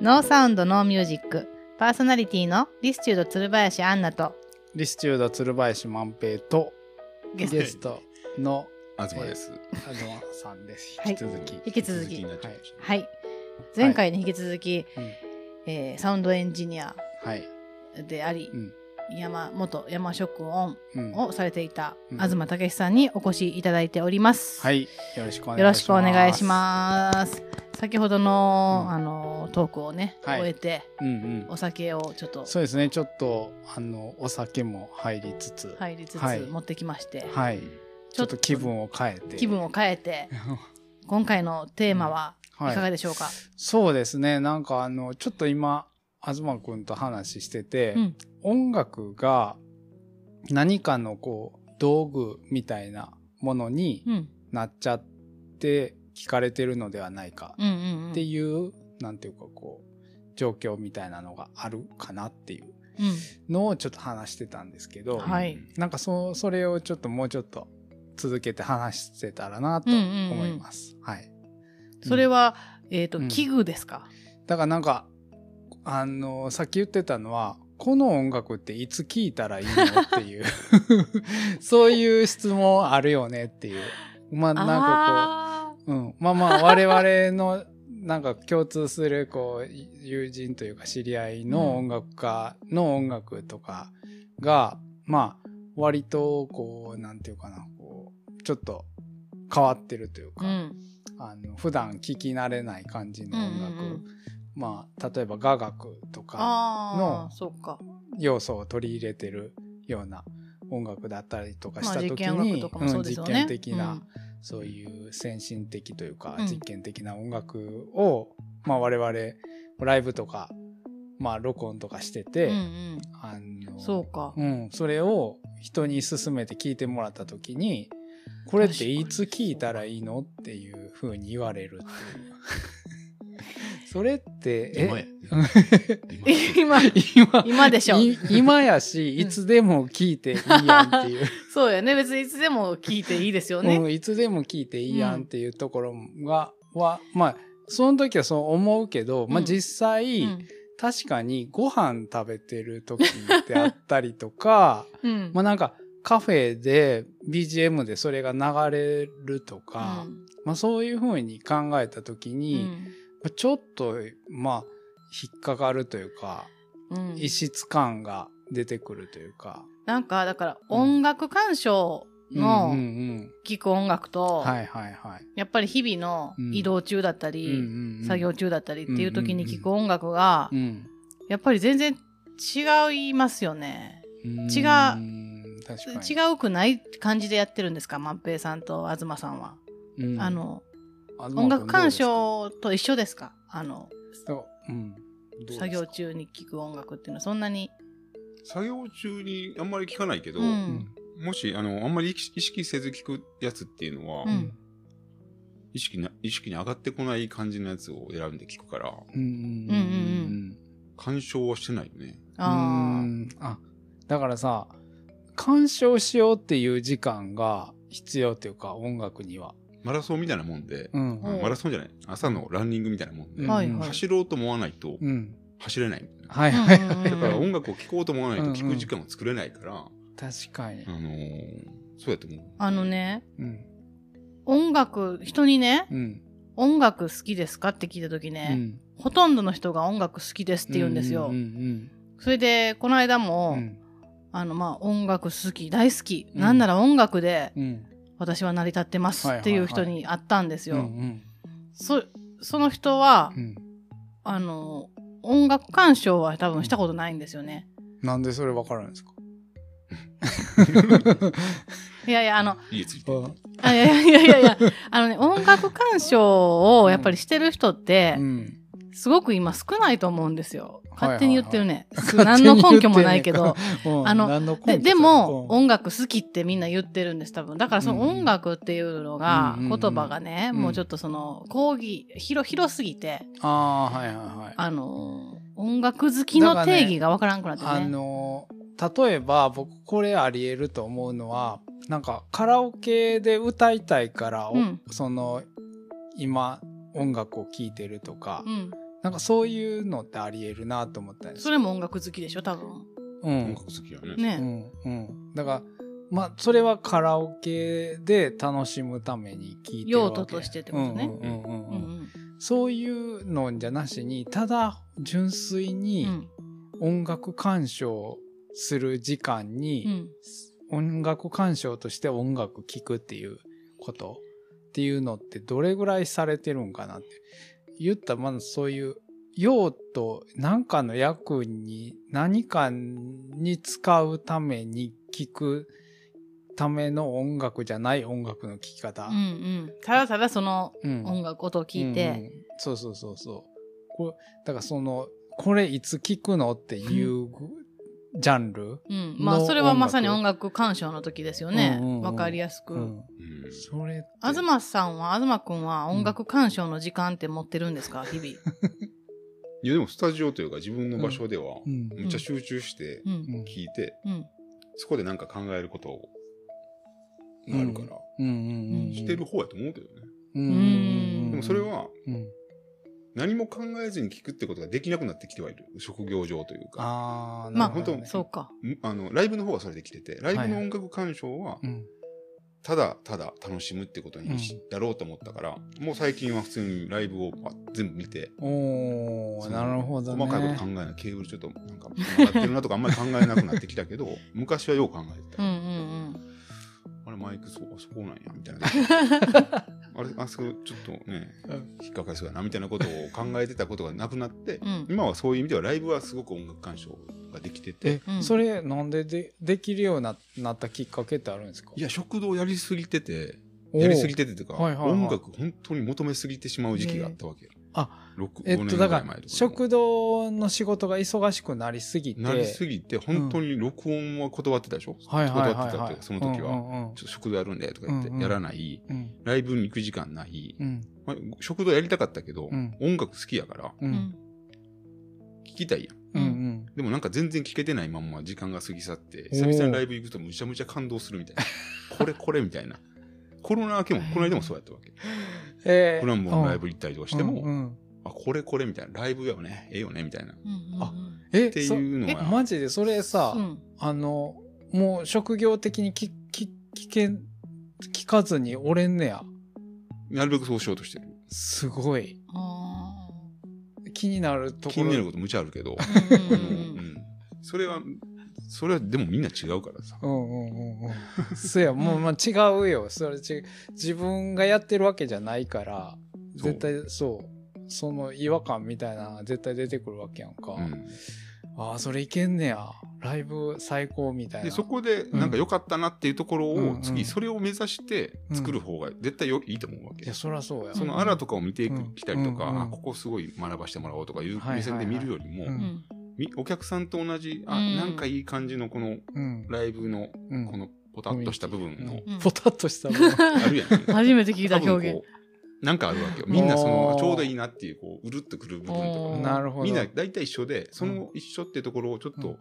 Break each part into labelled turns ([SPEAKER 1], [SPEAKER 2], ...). [SPEAKER 1] ノーサウンドノーミュージックパーソナリティのリスチュード鶴林アンナと
[SPEAKER 2] リスチュード鶴林万平とゲストの
[SPEAKER 3] 東です。
[SPEAKER 2] 東さんです。
[SPEAKER 1] はい
[SPEAKER 2] 引き続き。
[SPEAKER 1] 引き続き
[SPEAKER 3] になっちゃいました
[SPEAKER 1] はい前回に引き続き、
[SPEAKER 2] うん
[SPEAKER 1] えーサウンドエンジニア
[SPEAKER 2] はい。
[SPEAKER 1] であり、
[SPEAKER 2] うん
[SPEAKER 1] 山元山職音
[SPEAKER 2] うん
[SPEAKER 1] をされていた、
[SPEAKER 2] うん
[SPEAKER 1] 東武さんにお越しいただいております。
[SPEAKER 2] はい。よろしくお願いします。
[SPEAKER 1] よろしくお願いします。先ほどの、
[SPEAKER 2] うん
[SPEAKER 1] あのトークをね、
[SPEAKER 2] はい
[SPEAKER 1] 終えて
[SPEAKER 2] す。うん
[SPEAKER 1] お酒をちょっ
[SPEAKER 2] う
[SPEAKER 1] と
[SPEAKER 2] ん。そうですね。ちょっと、あの、お酒も入りつつ、
[SPEAKER 1] 入りつつ
[SPEAKER 2] はい
[SPEAKER 1] 持ってきまして、
[SPEAKER 2] はい。ちょっと気分を変えて。
[SPEAKER 1] 気分を変えて今回のテーマは
[SPEAKER 2] はい
[SPEAKER 1] かがでしょうか。
[SPEAKER 2] そうですね。なんかあの、ちょっと今、東くんと話してて、
[SPEAKER 1] うん
[SPEAKER 2] 音楽が何かのこう、道具みたいなものに
[SPEAKER 1] うん
[SPEAKER 2] なっちゃって聞かれてるのではないか
[SPEAKER 1] うんうんうん
[SPEAKER 2] っていう、なんていうかこう、状況みたいなのがあるかなっていう
[SPEAKER 1] う
[SPEAKER 2] のをちょっと話してたんですけど、
[SPEAKER 1] はい
[SPEAKER 2] なんかそ、それをちょっともうちょっと続けて話してたらなと
[SPEAKER 1] うんうんうん
[SPEAKER 2] 思います。はい。
[SPEAKER 1] んそれは、えっ、と、
[SPEAKER 2] うん
[SPEAKER 1] 器具ですか。
[SPEAKER 2] だからなんか、あの、さっき言ってたのは、この音楽っていつ聴いたらいいのっていう、 そういう質問あるよねっていう。まあなんか
[SPEAKER 1] あ
[SPEAKER 2] こう、うん。まあまあ我々の、なんか共通する、こう、友人というか知り合いの音楽家の音楽とかが、まあ、割と、こう、なんていうかな、こう、ちょっと変わってるという
[SPEAKER 1] ー
[SPEAKER 2] か、
[SPEAKER 1] うん
[SPEAKER 2] あの普段聴き慣れない感じの音楽、
[SPEAKER 1] うんうんうん
[SPEAKER 2] まあ例えば雅楽とか
[SPEAKER 1] あ
[SPEAKER 2] の
[SPEAKER 1] ーそうか。
[SPEAKER 2] 要素を取り入れてるような音楽だったりとか
[SPEAKER 1] ま
[SPEAKER 2] し
[SPEAKER 1] あ
[SPEAKER 2] た
[SPEAKER 1] 実
[SPEAKER 2] 時
[SPEAKER 1] 験音楽
[SPEAKER 2] に
[SPEAKER 1] とかもそううんですよ
[SPEAKER 2] 実
[SPEAKER 1] ね。
[SPEAKER 2] 験的な、
[SPEAKER 1] うん
[SPEAKER 2] そういう先進的というか、
[SPEAKER 1] うん
[SPEAKER 2] 実験的な音楽を、まあ、我々ライブとか、まあ、録音とかしてて、
[SPEAKER 1] うん
[SPEAKER 2] あの
[SPEAKER 1] うん、そうか。
[SPEAKER 2] うん、それを人に勧めて聞いてもらった時にこれっていつ聞いたらいいのっていうふうに言われるって いう それって
[SPEAKER 3] 今や
[SPEAKER 2] え。
[SPEAKER 3] 今や
[SPEAKER 1] 今
[SPEAKER 2] 今
[SPEAKER 1] 今でしょ
[SPEAKER 2] い 今やしいつでも聞いていいやんっていう、
[SPEAKER 1] そうやね別にいつでも聞いていいですよね、
[SPEAKER 2] うん、いつでも聞いていいやんっていうところが、はまあその時はそう思うけど、ま
[SPEAKER 1] う
[SPEAKER 2] あ
[SPEAKER 1] ん
[SPEAKER 2] 実際、
[SPEAKER 1] うん
[SPEAKER 2] 確かにご飯食べてる時であったり とか
[SPEAKER 1] うん
[SPEAKER 2] まあなんかカフェで BGM でそれが流れるとか、
[SPEAKER 1] うん
[SPEAKER 2] まあそういうふうに考えた時に、まあちょっとまあ引っかかるというか、
[SPEAKER 1] うんうん
[SPEAKER 2] 異質感が出てくるというか。
[SPEAKER 1] なんかだから
[SPEAKER 2] うん
[SPEAKER 1] 音楽鑑賞
[SPEAKER 2] うんう
[SPEAKER 1] の
[SPEAKER 2] ん
[SPEAKER 1] 聞く音楽
[SPEAKER 2] うん、
[SPEAKER 1] と、
[SPEAKER 2] はいはいはい。
[SPEAKER 1] やっぱり日々の
[SPEAKER 2] うん
[SPEAKER 1] 移動中だったり、
[SPEAKER 2] うんうん
[SPEAKER 1] 作業
[SPEAKER 2] 中、
[SPEAKER 1] 中だったりっていう時に聞く音楽が、
[SPEAKER 2] うん、
[SPEAKER 1] やっぱり全然違いますよね違
[SPEAKER 2] うん確かに
[SPEAKER 1] 違うくない感じでやってるんですか万平さんと東さんは、
[SPEAKER 2] うん
[SPEAKER 1] あの
[SPEAKER 2] 東君
[SPEAKER 1] 音楽鑑
[SPEAKER 2] ど
[SPEAKER 1] 賞と一緒ですかあの
[SPEAKER 2] うですかそううん、どうですか
[SPEAKER 1] 作業中に聞く音楽っていうのはそんなに
[SPEAKER 3] 作業中にあんまり聞かないけど、
[SPEAKER 1] うん
[SPEAKER 3] もしあのあんまり意識意識せず聞くやつっていうのは、
[SPEAKER 1] うん
[SPEAKER 3] 意識な意識に上がってこない感じのやつを選んで聞くから
[SPEAKER 2] うんうんうんうんうん
[SPEAKER 3] 干渉はしてないよね。
[SPEAKER 2] うー
[SPEAKER 1] あー
[SPEAKER 2] んあだからさ鑑賞しようっていう時間が必要っていうか音楽には、
[SPEAKER 3] マラソンみたいなもんで、
[SPEAKER 2] うん
[SPEAKER 1] うん
[SPEAKER 3] マラソンじゃない朝のランニングみたいなもんで、
[SPEAKER 2] うん
[SPEAKER 1] はいはい
[SPEAKER 3] 走ろうと思わないと
[SPEAKER 2] うん、
[SPEAKER 3] 走れないみたいな。
[SPEAKER 2] はいはいは
[SPEAKER 1] うん
[SPEAKER 2] い、
[SPEAKER 1] うんうん
[SPEAKER 3] だから音楽を聴こうと思わないと
[SPEAKER 2] うんうん
[SPEAKER 3] 聴く時間を作れないから、
[SPEAKER 2] 確かに、
[SPEAKER 3] あのーそうやと思う。
[SPEAKER 1] あのね
[SPEAKER 2] うん
[SPEAKER 1] 音楽人にね
[SPEAKER 2] うん
[SPEAKER 1] 音楽好きですかって聞いた時
[SPEAKER 2] う
[SPEAKER 1] ね、
[SPEAKER 2] ん、
[SPEAKER 1] ほとんどの人が音楽好きですって言うんですよ、
[SPEAKER 2] うんうん
[SPEAKER 1] それでこの間
[SPEAKER 2] う
[SPEAKER 1] も、
[SPEAKER 2] ん
[SPEAKER 1] あのまあ音楽好き大好き、
[SPEAKER 2] うん
[SPEAKER 1] なんなら音楽で
[SPEAKER 2] うんうん
[SPEAKER 1] 私は成り立ってますっていう人に会ったんですよ、
[SPEAKER 2] うんうん
[SPEAKER 1] そその人は、
[SPEAKER 2] うん
[SPEAKER 1] あの音楽鑑賞は多分したことないんですよね、
[SPEAKER 2] なんでそれわかるんですか
[SPEAKER 1] いやいやあの
[SPEAKER 3] いいやついてる。
[SPEAKER 2] あ
[SPEAKER 1] あいやいやいやいやあのね音楽鑑賞をやっぱりしてる人って、
[SPEAKER 2] うん
[SPEAKER 1] すごく今少ないと思うんですよ。勝手に言ってるね。す
[SPEAKER 2] 勝手に言
[SPEAKER 1] 何の
[SPEAKER 2] ってんねん
[SPEAKER 1] 根拠もないけど。
[SPEAKER 2] うん
[SPEAKER 1] あの
[SPEAKER 2] 何の根拠
[SPEAKER 1] で
[SPEAKER 2] それ
[SPEAKER 1] でも、
[SPEAKER 2] うん
[SPEAKER 1] 音楽好きってみんな言ってるんです、多分。だからその
[SPEAKER 2] うんうん
[SPEAKER 1] 音楽っていうのが、
[SPEAKER 2] うんうんうん
[SPEAKER 1] 言葉がね、
[SPEAKER 2] うん
[SPEAKER 1] もうちょっとその、講義、広、広すぎて、
[SPEAKER 2] ああはいはいはい
[SPEAKER 1] あのー音楽好きの定義がわからんくなって
[SPEAKER 2] あ
[SPEAKER 1] ね。
[SPEAKER 2] の例えば僕これありえると思うのはなんかカラオケで歌いたいから、お
[SPEAKER 1] うん
[SPEAKER 2] その今音楽を聴いてるとか、
[SPEAKER 1] うん。
[SPEAKER 2] なんかそういうのってありえるなと思ったんです
[SPEAKER 1] それも音楽好きでしょ多分
[SPEAKER 2] うん
[SPEAKER 3] 音楽好きやね。
[SPEAKER 2] う
[SPEAKER 1] ね、
[SPEAKER 2] んうんだからまあそれはカラオケで楽しむために聞いてる
[SPEAKER 1] 用
[SPEAKER 2] わけ
[SPEAKER 1] 途としてってことね
[SPEAKER 2] うんうんうん
[SPEAKER 1] う
[SPEAKER 2] うん
[SPEAKER 1] ん
[SPEAKER 2] うんそういうのじゃなしにただ純粋
[SPEAKER 1] うん
[SPEAKER 2] に
[SPEAKER 1] うん
[SPEAKER 2] 音楽鑑賞する時間に、
[SPEAKER 1] うん
[SPEAKER 2] 音楽鑑賞として音楽聴くっていうことっていうのってどれぐらいされてるんかなって言ったらまずそういう用途何かの役に何かに使うために聴くための音楽じゃない音楽の聴き方、
[SPEAKER 1] うんうんただただその
[SPEAKER 2] うん
[SPEAKER 1] 音楽音を聞い
[SPEAKER 2] うんう
[SPEAKER 1] て、
[SPEAKER 2] んそうそうそうそうこれだからそのこれいつ聴くのっていうジャンル、
[SPEAKER 1] うんまあ
[SPEAKER 2] の
[SPEAKER 1] それはまさに音楽鑑賞の時ですよねわ、
[SPEAKER 2] うんうんうん
[SPEAKER 1] かりやすく、
[SPEAKER 2] うん、
[SPEAKER 3] うん
[SPEAKER 2] それって
[SPEAKER 1] 東さんは東くんは音楽鑑賞の時間って持ってるんですか日々、
[SPEAKER 3] いやでもスタジオというか自分の場所では
[SPEAKER 2] う、ん
[SPEAKER 3] めっちゃ集中して
[SPEAKER 1] うん
[SPEAKER 2] うん
[SPEAKER 3] 聞いて、
[SPEAKER 1] うん
[SPEAKER 3] そこでなんか考えることがあるから、
[SPEAKER 2] うんうんうん、
[SPEAKER 3] してる方やと思うけどね。
[SPEAKER 2] うんうんうんうん。
[SPEAKER 3] でもそれは
[SPEAKER 2] うん、
[SPEAKER 3] 何も考えずに聞くってことができなくなってきてはいる。職業上という
[SPEAKER 2] あ
[SPEAKER 3] か。
[SPEAKER 2] あ、
[SPEAKER 1] まあ
[SPEAKER 2] なるほど
[SPEAKER 3] 本
[SPEAKER 2] ね
[SPEAKER 3] 当
[SPEAKER 1] そうか
[SPEAKER 3] むあの、ライブの方はそれできてて、ライブ
[SPEAKER 2] はい
[SPEAKER 3] の
[SPEAKER 2] はい
[SPEAKER 3] 音楽鑑賞は
[SPEAKER 2] う、ん
[SPEAKER 3] ただただ楽しむってことにしやろうと思ったから、もう最近は普通にライブをまあ全部見て、
[SPEAKER 2] おお、
[SPEAKER 3] その
[SPEAKER 2] なるほどね。
[SPEAKER 3] 細かいこと考えない。経営ちょっとなんか、上がってるなとかあんまり考えなくなってきたけど、昔はよう考えて
[SPEAKER 1] う
[SPEAKER 3] た。
[SPEAKER 1] んうん
[SPEAKER 3] あれ、マイクそう、あそこなんや、みたいな。 あれ、あそこちょっとね
[SPEAKER 2] うん、
[SPEAKER 3] 引っかかりそうやな、みたいなことを考えてたことがなくなって、
[SPEAKER 1] うんうん
[SPEAKER 3] 今はそういう意味ではライブはすごく音楽鑑賞ができてて
[SPEAKER 2] え、、
[SPEAKER 1] うん
[SPEAKER 2] それなんででできるようにななったきっかけってあるんですか
[SPEAKER 3] いや、食堂やりすぎてて、
[SPEAKER 2] おー
[SPEAKER 3] やりすぎててというか、
[SPEAKER 2] はいはいはい
[SPEAKER 3] 音楽本当に求めすぎてしまう時期があったわけよ。
[SPEAKER 2] あ
[SPEAKER 3] 六、
[SPEAKER 2] え
[SPEAKER 3] 5
[SPEAKER 2] っと、
[SPEAKER 3] 年
[SPEAKER 2] だ
[SPEAKER 3] ぐ
[SPEAKER 2] から
[SPEAKER 3] い
[SPEAKER 2] ら
[SPEAKER 3] 前と、か。
[SPEAKER 2] 食堂の仕事が忙しくなりすぎて。
[SPEAKER 3] なりすぎて、本当に録音は断ってたでしょ、
[SPEAKER 2] はいはいはい、
[SPEAKER 3] 断ってた
[SPEAKER 2] は
[SPEAKER 3] って
[SPEAKER 2] い
[SPEAKER 3] いう。かその時は、
[SPEAKER 2] うんうんうん
[SPEAKER 3] ちょっと食堂やるんでとか言って、
[SPEAKER 2] うんうん
[SPEAKER 3] やらない、
[SPEAKER 2] うん
[SPEAKER 3] ライブに行く時間ない、
[SPEAKER 2] うん
[SPEAKER 3] まあ食堂やりたかったけど、
[SPEAKER 2] うん
[SPEAKER 3] 音楽好きやから、
[SPEAKER 2] う
[SPEAKER 1] うんん
[SPEAKER 3] 聞きたいやん。
[SPEAKER 2] うんうん
[SPEAKER 3] でもなんか全然聞けてないまんま時間が過ぎ去って、久々にライブ行くとむちゃむちゃ感動するみた いな。これこれみたいな。コロナ明けも、この間もそうやったわけ。
[SPEAKER 2] え
[SPEAKER 3] フランボのライブ行ったりとかしても、
[SPEAKER 2] うんうん
[SPEAKER 3] あ、これこれみたいな。ライブやよね。ええよねみたいな。っ
[SPEAKER 1] うん
[SPEAKER 2] あえ
[SPEAKER 3] てい
[SPEAKER 2] そう
[SPEAKER 3] の
[SPEAKER 2] え
[SPEAKER 3] が。
[SPEAKER 2] マジでそれさ、
[SPEAKER 1] うん
[SPEAKER 2] あの、もう職業的に聞、聞、聞けん、聞かずに折れんねや。
[SPEAKER 3] なるべくそうしようとしてる。
[SPEAKER 2] すごい。
[SPEAKER 1] あ
[SPEAKER 2] 気になるとこ
[SPEAKER 3] 気
[SPEAKER 2] ろ。
[SPEAKER 3] になることむちゃある けど、
[SPEAKER 1] ーうん
[SPEAKER 3] う
[SPEAKER 1] うんんう
[SPEAKER 3] うんんそれは、それはでもみんな違うからさ。
[SPEAKER 2] うんうんうんうん。そうや、もう、まあ、違うよ。それち、自分がやってるわけじゃないから、
[SPEAKER 3] そう
[SPEAKER 2] 絶対そう。その違和感みたいなのが絶対出てくるわけやんか。
[SPEAKER 3] うん
[SPEAKER 2] ああ、それいけんねや。ライブ最高みたいな。
[SPEAKER 3] でそこでなんか良かったなっていうところ
[SPEAKER 2] うんう
[SPEAKER 3] を
[SPEAKER 2] ん
[SPEAKER 3] 次それを目指して作る方が絶対よいいと思うわ
[SPEAKER 2] い
[SPEAKER 3] け
[SPEAKER 2] や、そりゃそうや。
[SPEAKER 3] そのアラとかを見てきたりとか、
[SPEAKER 2] うんうん
[SPEAKER 3] あここすごい学ばしてもらおうとかいう
[SPEAKER 2] はいはい
[SPEAKER 3] 目線で見るよりも、
[SPEAKER 2] うん
[SPEAKER 1] うん
[SPEAKER 3] みお客さんと同じあ、
[SPEAKER 1] うん
[SPEAKER 3] なんかいい感じのこの
[SPEAKER 2] うん。
[SPEAKER 3] ライブの
[SPEAKER 2] うん。
[SPEAKER 3] このポタッとした部分の
[SPEAKER 2] うん
[SPEAKER 1] うん
[SPEAKER 2] ポタッとしたもの。
[SPEAKER 3] あ るやん
[SPEAKER 1] 初めて聞いた
[SPEAKER 3] 多
[SPEAKER 1] 表
[SPEAKER 3] 分
[SPEAKER 1] 現
[SPEAKER 3] こうなんかあるわけよみんなその
[SPEAKER 2] おー
[SPEAKER 3] ちょうどいいなっていうこううるっとくる部分とか
[SPEAKER 1] おー
[SPEAKER 3] も
[SPEAKER 2] なるほど。
[SPEAKER 3] みんな大体一緒でその一緒ってところをちょっ
[SPEAKER 2] う
[SPEAKER 3] と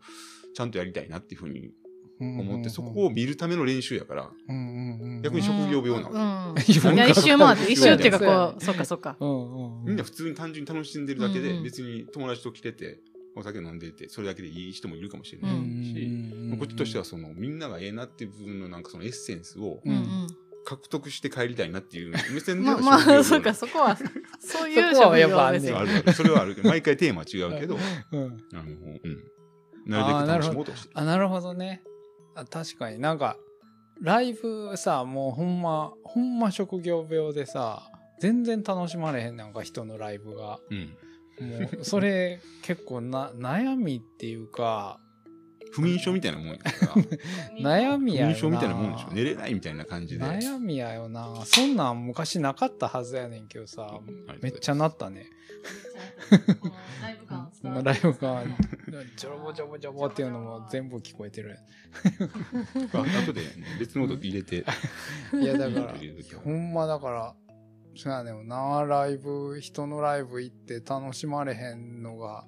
[SPEAKER 3] ちゃんとやりたいなっていうふうに
[SPEAKER 2] うんうん
[SPEAKER 3] 思
[SPEAKER 2] う
[SPEAKER 3] っ
[SPEAKER 2] ん
[SPEAKER 3] てそこを見るための練習やから
[SPEAKER 2] うんうんうんうん
[SPEAKER 3] 逆に職業病な
[SPEAKER 1] の
[SPEAKER 3] の
[SPEAKER 2] 自分
[SPEAKER 1] い
[SPEAKER 2] が
[SPEAKER 1] や一周回って一周っていうか
[SPEAKER 2] そうやね
[SPEAKER 1] こうそうかそうか
[SPEAKER 2] うんうんうん
[SPEAKER 3] みんな普通に単純に楽しんでるだけ
[SPEAKER 1] うん
[SPEAKER 3] で
[SPEAKER 1] うん
[SPEAKER 3] 別に友達と来ててお酒飲んでてそれだけでいい人もいるかもしれないし
[SPEAKER 2] し
[SPEAKER 3] こっちとしてはそのみんながええなっていう部分のなんかそのエッセンスを
[SPEAKER 2] うん
[SPEAKER 3] 獲得して帰りたいなっていう目線 で
[SPEAKER 1] ま
[SPEAKER 3] は
[SPEAKER 1] あまあそう
[SPEAKER 3] 職業
[SPEAKER 1] かそこはそういう
[SPEAKER 2] そこは
[SPEAKER 1] 職
[SPEAKER 2] やっ
[SPEAKER 1] 業
[SPEAKER 2] ぱ
[SPEAKER 1] は
[SPEAKER 2] あんねん
[SPEAKER 1] 別に
[SPEAKER 3] あるある。それはあるけど、毎回テーマは違うけど、
[SPEAKER 2] うん
[SPEAKER 3] あの、うん。なるべく楽しもうとしてる。
[SPEAKER 2] あなるほどねあ確かになんかライブさもうほんまほんま職業病でさ全然楽しまれへんなんか人のライブが
[SPEAKER 3] うん。
[SPEAKER 2] もうそれ結構な悩みっていう か
[SPEAKER 3] 不眠症みたいなもんやから。不
[SPEAKER 2] 悩みやよな
[SPEAKER 3] 眠症みたいなもんでしょ。寝れないみたいな感じで。
[SPEAKER 2] 悩みやよなそんなん昔なかったはずやねんけどさめっちゃなったね
[SPEAKER 4] ライブ感伝わって
[SPEAKER 2] ライブがジョロボジョボジョボっていうのも全部聞こえてる
[SPEAKER 3] あ後で別の音入れて。
[SPEAKER 2] いやだ から
[SPEAKER 3] 入れるけど
[SPEAKER 2] ほんまだから、そうやねんな、ライブ、人のライブ行って楽しまれへんのが、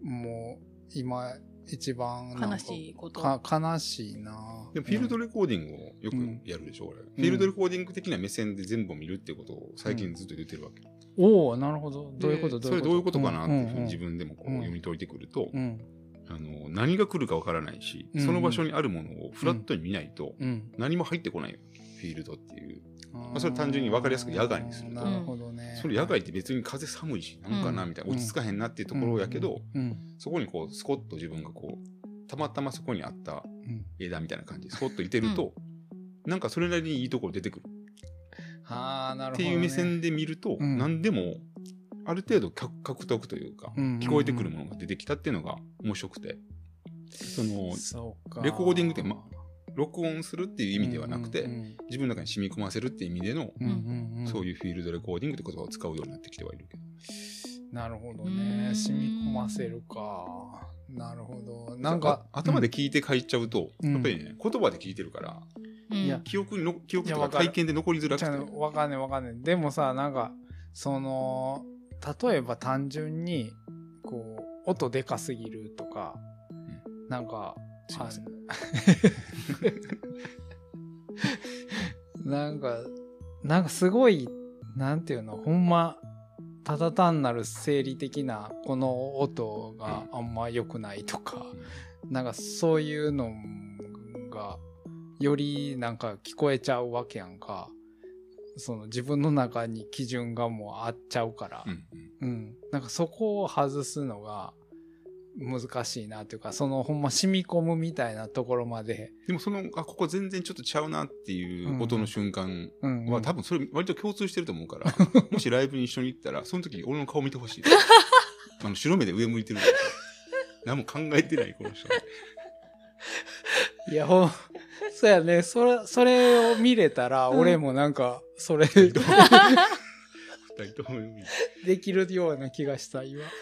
[SPEAKER 2] もう、今、一番なんか
[SPEAKER 1] 悲しいこと
[SPEAKER 2] か悲しいな。
[SPEAKER 3] でもフィールドレコーディングをよくやるでしょ、俺。フィールドレコーディング的な目線で全部を見るってことを最近ずっと言ってるわけ。
[SPEAKER 2] おおなるほど。どういうこと
[SPEAKER 3] でそれどういうことかなっていうふうに自
[SPEAKER 2] 分。
[SPEAKER 3] 分でもこう
[SPEAKER 2] うん
[SPEAKER 3] 読み解いてくると、
[SPEAKER 2] うん
[SPEAKER 3] あの何が来るかわからないし、
[SPEAKER 2] うん
[SPEAKER 3] その場所にあるものをフラットに見ないと
[SPEAKER 2] うん。
[SPEAKER 3] 何も入ってこないフィールドっていう、
[SPEAKER 2] ま
[SPEAKER 3] あそれ単純に分かりやすく野外にすると
[SPEAKER 2] なるほどね。
[SPEAKER 3] その野外って別に風寒いしなんかなみたいな、
[SPEAKER 2] うん
[SPEAKER 3] 落ち着かへんなっていうところやけど、
[SPEAKER 2] うん。
[SPEAKER 3] そこにこうスコッと自分がこうたまたまそこにあった
[SPEAKER 2] うん。
[SPEAKER 3] 枝みたいな感じでスコッといてると、なんかそれなりにいいところ出てくる
[SPEAKER 2] ああ、なる
[SPEAKER 3] っ
[SPEAKER 2] ほ
[SPEAKER 3] て
[SPEAKER 2] どね。
[SPEAKER 3] いう目線で見ると、
[SPEAKER 2] うん
[SPEAKER 3] 何でもある程度獲獲得というか、
[SPEAKER 2] うんうんうん
[SPEAKER 3] 聞こえてくるものが出てきたっていうのが面白くてその
[SPEAKER 2] そうか。
[SPEAKER 3] レコーディングってま録音するっていう意味ではなくて、
[SPEAKER 2] うん
[SPEAKER 3] 自分の中に染み込ませるっていう意味での、
[SPEAKER 2] うんうんうん。
[SPEAKER 3] そういうフィールドレコーディングって言葉を使うようになってきてはいるけど
[SPEAKER 2] なるほど
[SPEAKER 1] う
[SPEAKER 2] ね。
[SPEAKER 1] ん
[SPEAKER 2] 染み込ませるか。なるほど。なんか、
[SPEAKER 3] あ頭で聞いて書いちゃうと、
[SPEAKER 2] うん
[SPEAKER 3] やっぱりね言葉で聞いてるから
[SPEAKER 1] うん
[SPEAKER 2] いや
[SPEAKER 3] 記憶にの記憶と
[SPEAKER 2] いや
[SPEAKER 3] か
[SPEAKER 2] わかる
[SPEAKER 3] 体験で残りづらく
[SPEAKER 2] ちゃ
[SPEAKER 3] て
[SPEAKER 2] んわかんないわかんない。でもさ、なんか、その、例えば単純に、こう、音でかすぎるとか、なんか、
[SPEAKER 3] すいません
[SPEAKER 2] あの なんか、なんかすごい、なんていうの、ほんま、ただ単なる生理的なこの音があんま良くないとか、なんかそういうのがよりなんか聞こえちゃうわけやんかその自分の中に基準がもうあっちゃうから
[SPEAKER 3] う、ん
[SPEAKER 2] うんなんかそこを外すのが難しいなというかそのほんま染み込むみたいなところまで、
[SPEAKER 3] でもそのあここ全然ちょっとちゃうなっていう音の瞬間
[SPEAKER 2] うん
[SPEAKER 3] は、多
[SPEAKER 2] 分
[SPEAKER 3] 分それ割と共通してると思 うからもしライブに一緒に行ったらその時俺の顔見てほしいあの白目で上向いてるから何も考えてないこ の人
[SPEAKER 2] いやほんそうやねそれそれを見れたら俺もなんかそれ
[SPEAKER 3] 二人とも見て
[SPEAKER 2] できるような気がした今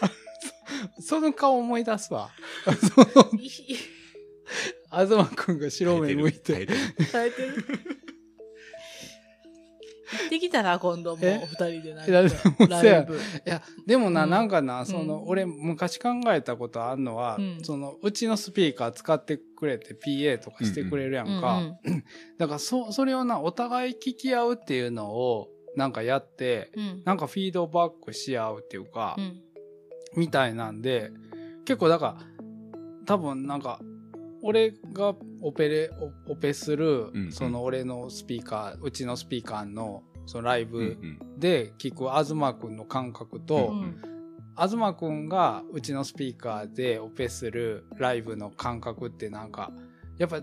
[SPEAKER 2] その顔思い出すわその 東くんが白目向いて
[SPEAKER 3] 耐える
[SPEAKER 1] 耐えてる行ってきたら今度も
[SPEAKER 2] え
[SPEAKER 1] 二人でなん
[SPEAKER 2] いやでも
[SPEAKER 1] かライブ
[SPEAKER 2] いやでもな、
[SPEAKER 1] うん
[SPEAKER 2] なんかなその、
[SPEAKER 1] うん
[SPEAKER 2] 俺昔考えたことあるのは、
[SPEAKER 1] うん
[SPEAKER 2] そのうちのスピーカー使ってくれて PA とかしてくれるやんか、
[SPEAKER 1] うんうん
[SPEAKER 2] だからそそれをなお互い聞き合うっていうのをなんかやって
[SPEAKER 1] うん
[SPEAKER 2] なんかフィードバックし合うっていうか、
[SPEAKER 1] うん
[SPEAKER 2] みたいなんで結構だから多分なんか俺がオペレオオペする、
[SPEAKER 3] うん
[SPEAKER 2] その俺のスピーカーうちのスピーカーのそのライ
[SPEAKER 3] うんう
[SPEAKER 2] ブ
[SPEAKER 3] ん
[SPEAKER 2] で聞く東くんの感覚と、
[SPEAKER 3] うん
[SPEAKER 2] 東くんがうちのスピーカーでオペするライブの感覚ってなんかやっぱ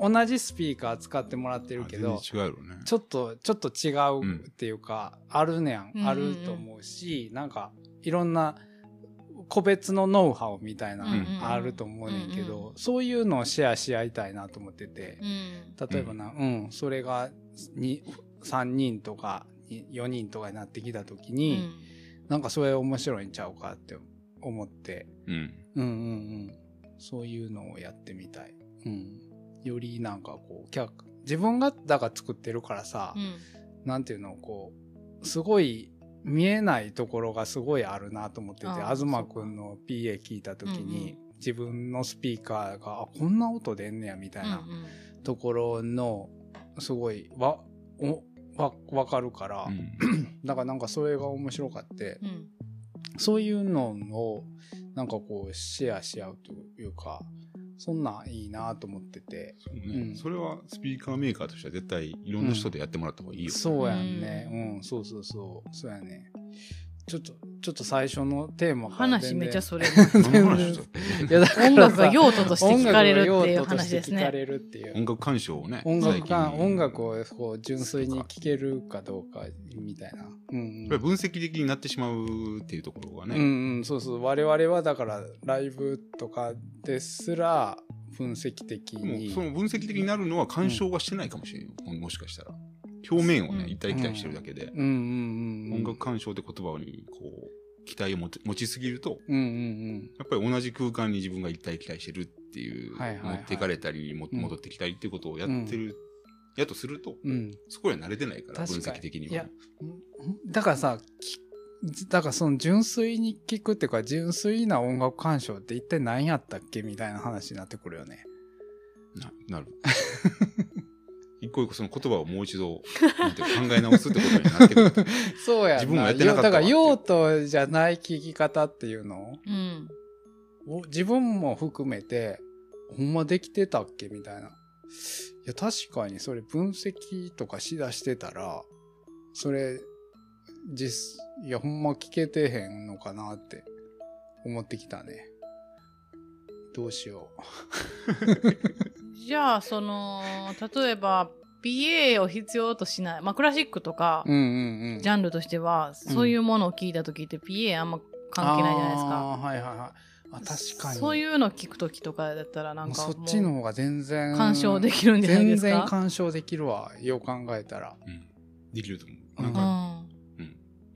[SPEAKER 2] 同じスピーカー使ってもらってるけ
[SPEAKER 3] あ
[SPEAKER 2] ど
[SPEAKER 3] 全然違うよね
[SPEAKER 2] ちょっとちょっと違うっていうか、あるねやん、
[SPEAKER 1] うんうんうん
[SPEAKER 2] あると思うしなんかいろんな個別のノウハウみたいな
[SPEAKER 1] うん
[SPEAKER 3] うん
[SPEAKER 2] のあると思うねんけど、
[SPEAKER 1] うん
[SPEAKER 2] そういうのをシェアし合いたいなと思ってて
[SPEAKER 1] う、ん
[SPEAKER 2] 例えばな、うんそれがに3人とか4人とかになってきた時に。なんかそれ面白いんちゃうかって思って、
[SPEAKER 3] うん
[SPEAKER 2] うんうんうん。そういうのをやってみたい。うん。よりなんかこう、客、自分がだから作ってるからさ、
[SPEAKER 1] うん
[SPEAKER 2] なんていうの、こう、すごい見えないところがすごいあるなと思ってて、
[SPEAKER 1] ああ
[SPEAKER 2] 東くんの PA 聞いた時に、
[SPEAKER 1] う
[SPEAKER 2] 自分のスピーカーが、あ、こんな音出んねやみたいなところの、すごい、わ、お、わ、わかるから、
[SPEAKER 3] うん
[SPEAKER 2] だからなんかそれが面白かって、
[SPEAKER 1] うんうん
[SPEAKER 2] そういうのを、なんかこう、シェアし合うというか、そんなんいいなと思ってて。
[SPEAKER 3] そうね
[SPEAKER 2] うん
[SPEAKER 3] それはスピーカーメーカーとしては絶対いろんな人でやってもらった方がいいよ、
[SPEAKER 2] そうやんね。うん、そうそうそう。そうやね。ちょっと、ちょっと最初のテーマから
[SPEAKER 1] 話
[SPEAKER 2] 全然
[SPEAKER 1] めちゃそ れる
[SPEAKER 3] その話
[SPEAKER 2] 全
[SPEAKER 3] ちょ
[SPEAKER 2] 然
[SPEAKER 3] っとね
[SPEAKER 2] いやだから
[SPEAKER 1] 音楽が
[SPEAKER 2] さ
[SPEAKER 1] 用途として聞かれるっていう話です
[SPEAKER 2] 音楽が用途として聞か
[SPEAKER 1] ね
[SPEAKER 2] れるっていう。
[SPEAKER 3] 音楽鑑賞をね
[SPEAKER 2] 音
[SPEAKER 3] 最
[SPEAKER 2] 楽
[SPEAKER 3] 近
[SPEAKER 2] が、音楽をこう純粋に聴けるかどうかみたいな。うんうん、
[SPEAKER 3] やっぱり分析的になってしまうっていうところがね、
[SPEAKER 2] うんうん、そうそう。我々はだからライブとかですら分析的
[SPEAKER 3] でも
[SPEAKER 2] に。
[SPEAKER 3] その分析的になるのは鑑賞はしてないかもしれんよ、もしかしたら表面をね
[SPEAKER 1] うん
[SPEAKER 3] 一体一体してるだけで、
[SPEAKER 2] うんうんうんうん。
[SPEAKER 3] 音楽鑑賞って言葉にこう期待を持ち持ちすぎると
[SPEAKER 2] うんうん
[SPEAKER 3] やっぱり同じ空間に自分が一体期待してるっていう、
[SPEAKER 2] はいはいはい
[SPEAKER 3] 持ってかれたりも
[SPEAKER 2] うん
[SPEAKER 3] 戻ってきたりっていうことをやってる、やとすると、
[SPEAKER 2] うん。うん。
[SPEAKER 3] そこには慣れてないから分
[SPEAKER 2] 確か
[SPEAKER 3] 析
[SPEAKER 2] に
[SPEAKER 3] 的に
[SPEAKER 2] い
[SPEAKER 3] は
[SPEAKER 2] やだからさ、きだからその純粋に聞くっていうか、純粋な音楽鑑賞って一体何やったっけみたいな話になってくるよね。
[SPEAKER 3] ななる 一個一個その言葉をもう一度なんていうか考え直すってことになってくると。
[SPEAKER 2] そうやな
[SPEAKER 3] 自分もやってなかった
[SPEAKER 2] だ
[SPEAKER 3] わ
[SPEAKER 2] から用途じゃない聞き方っていうの
[SPEAKER 1] うん。
[SPEAKER 2] を自分も含めてほんまできてたっけみたいな。いや確かにそれ分析とかしだしてたらそれ実いやほんま聞けてへんのかなって思ってきたね。どうしよ
[SPEAKER 1] じゃあ、その、例えば、PA を必要としない。まあ、クラシックとか
[SPEAKER 2] う。、うんうんうん。
[SPEAKER 1] ジャンルとしては、そういうものを聞いた時って PA あんま関係ないじゃないですか。
[SPEAKER 2] あーはいはいはい。あ確かに。
[SPEAKER 1] そういうの聞く時とかだったら、なんか、
[SPEAKER 2] もうそっちの方が全然
[SPEAKER 1] 鑑賞できるんじゃないで
[SPEAKER 2] 全
[SPEAKER 1] すか。
[SPEAKER 2] 然鑑賞できるわよう考えたら
[SPEAKER 3] うんできると思う。なん
[SPEAKER 1] う
[SPEAKER 3] か
[SPEAKER 1] ん。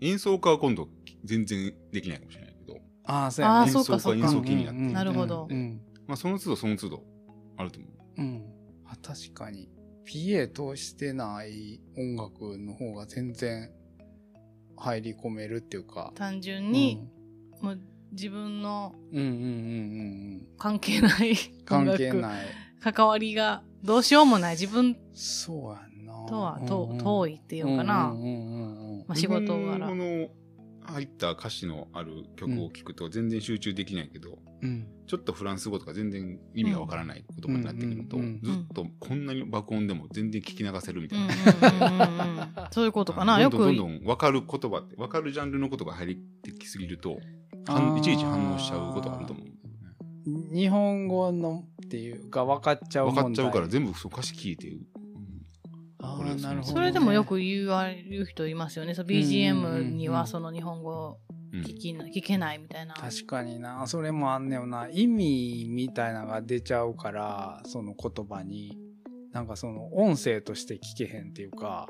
[SPEAKER 3] 演奏家は今度全然できないかもしれないけど、
[SPEAKER 2] ああそ
[SPEAKER 1] あー
[SPEAKER 3] 演
[SPEAKER 1] そう
[SPEAKER 3] 奏
[SPEAKER 1] かそう
[SPEAKER 3] 家
[SPEAKER 1] か
[SPEAKER 3] 演奏家になって、
[SPEAKER 1] なるほど
[SPEAKER 2] うん、
[SPEAKER 3] まあその都度その都度あると思う。
[SPEAKER 2] うんうんあ確かに PA 通してない音楽の方が全然入り込めるっていうか
[SPEAKER 1] 単純に、もう自分の
[SPEAKER 2] うん、うんうんうん
[SPEAKER 1] 関係ない
[SPEAKER 2] うん関係
[SPEAKER 1] い
[SPEAKER 2] ない
[SPEAKER 1] 関わりがどうしようもない自分
[SPEAKER 2] そうやんな
[SPEAKER 1] とはと、遠
[SPEAKER 2] いっ
[SPEAKER 1] いっていうかな、
[SPEAKER 2] うんうんうんうん
[SPEAKER 1] まあ、仕事
[SPEAKER 3] 日
[SPEAKER 1] 柄
[SPEAKER 3] 本語の入った歌詞のある曲を聴くと全然集中できないけど、
[SPEAKER 2] うん
[SPEAKER 3] ちょっとフランス語とか全然意味がわからない言葉になってくると、
[SPEAKER 2] うんうん
[SPEAKER 1] うん
[SPEAKER 3] ずっとこんなに爆音でも全然聞き流せるみた
[SPEAKER 1] うんう
[SPEAKER 3] い
[SPEAKER 1] んう
[SPEAKER 3] な。
[SPEAKER 1] んうんうんそういうことかな
[SPEAKER 3] ど
[SPEAKER 1] よ
[SPEAKER 3] ん
[SPEAKER 1] く
[SPEAKER 3] どんどんどん分かる言葉って分かるジャンルのことが入ってきすぎると
[SPEAKER 2] あ
[SPEAKER 3] 反
[SPEAKER 2] ー
[SPEAKER 3] いちいち反応しちゃうことあると思う
[SPEAKER 2] 日本語のっていうか分かっちゃう
[SPEAKER 3] 分
[SPEAKER 2] 問
[SPEAKER 3] か
[SPEAKER 2] 題
[SPEAKER 3] っちゃうから全部そう歌詞聞いて、うん
[SPEAKER 2] あ
[SPEAKER 3] これ
[SPEAKER 2] ーなるほどね
[SPEAKER 1] それでもよく言われる人いますよねそう BGM に
[SPEAKER 2] うんうんうん
[SPEAKER 1] はその日本語
[SPEAKER 3] うん
[SPEAKER 1] 聞きな聞けないみたいな
[SPEAKER 2] 確かになそれもあんねよな意味みたいなのが出ちゃうからその言葉になんかその音声として聞けへんっていうか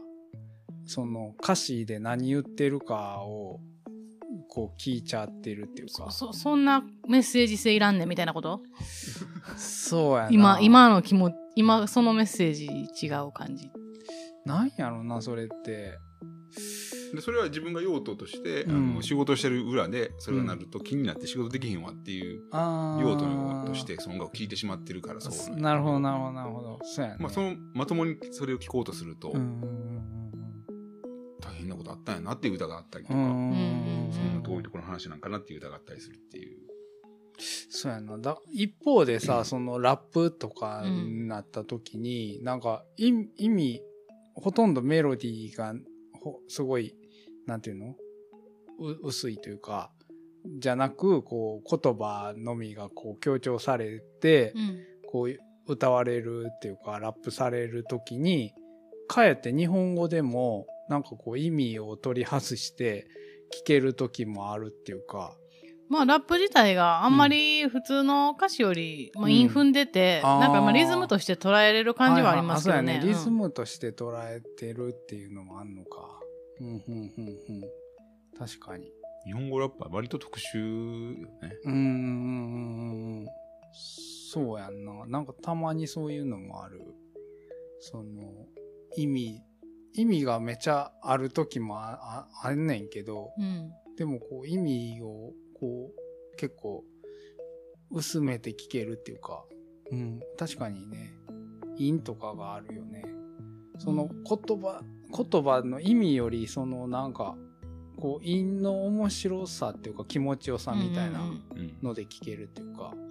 [SPEAKER 2] その歌詞で何言ってるかをこう聞いちゃってるっていうか
[SPEAKER 1] そ
[SPEAKER 2] そ
[SPEAKER 1] そそんなメッセージ性いらんねんみたいなこと
[SPEAKER 2] うやな
[SPEAKER 1] 今今の気持ち今そのメッセージ違う感じ
[SPEAKER 2] なんやろなそれって
[SPEAKER 3] でそれは自分が用途として、
[SPEAKER 2] うん
[SPEAKER 3] あの仕事してる裏でそれがなると気になって仕事できへんわっていう
[SPEAKER 2] あー
[SPEAKER 3] 用途のとしてその音楽を聴いてしまってるからそう
[SPEAKER 2] そ
[SPEAKER 3] んだけ
[SPEAKER 2] なるほどなるほどなるほどそうやね、
[SPEAKER 3] まあ、そのまともにそれを聴こうとすると、
[SPEAKER 2] うんうん
[SPEAKER 3] 大変なことあったんやなっていう歌があったりと
[SPEAKER 2] う
[SPEAKER 3] か、
[SPEAKER 2] んうんうんうん
[SPEAKER 3] そ
[SPEAKER 1] そ
[SPEAKER 3] ん
[SPEAKER 1] の
[SPEAKER 3] な遠いところの話なんかなっていう歌があったりするっていう。
[SPEAKER 2] そうやなだ一方でさ、そのラップとかになった時に、なんか意意味ほとんどメロディーがほすごいなんていうのう薄いというかじゃなくこう言葉のみがこう強調されて、
[SPEAKER 1] うん
[SPEAKER 2] こう歌われるっていうかラップされる時にかえって日本語でもなんかこう意味を取り外して聞ける時もあるっていうか。
[SPEAKER 1] まあラップ自体があんまり普通の歌詞より、まあ、韻踏んでて、
[SPEAKER 2] うんあー
[SPEAKER 1] なんかまあリズムとして捉えれる感じはありますけどね,
[SPEAKER 2] は
[SPEAKER 1] う
[SPEAKER 2] い
[SPEAKER 1] ん、
[SPEAKER 2] はいあそうやリズムとして捉えてるっていうのもあんのか。うん、うん、うん、うん。確かに。
[SPEAKER 3] 日本語ラップは割と特殊よね。
[SPEAKER 2] うん、うんうん、うん。そうやんな。なんかたまにそういうのもある。その、意味、意味がめちゃある時もあああんねんけど、
[SPEAKER 1] うん
[SPEAKER 2] でもこう意味をこう結構薄めて聞けるっていうか、うん、確かにね、因とかがあるよね。その言葉、言葉の意味よりそのなんか、こう因の面白さっていうか気持ちよさみたいな
[SPEAKER 1] うん
[SPEAKER 3] うん
[SPEAKER 2] ので聞けるっていうか、
[SPEAKER 1] うんうん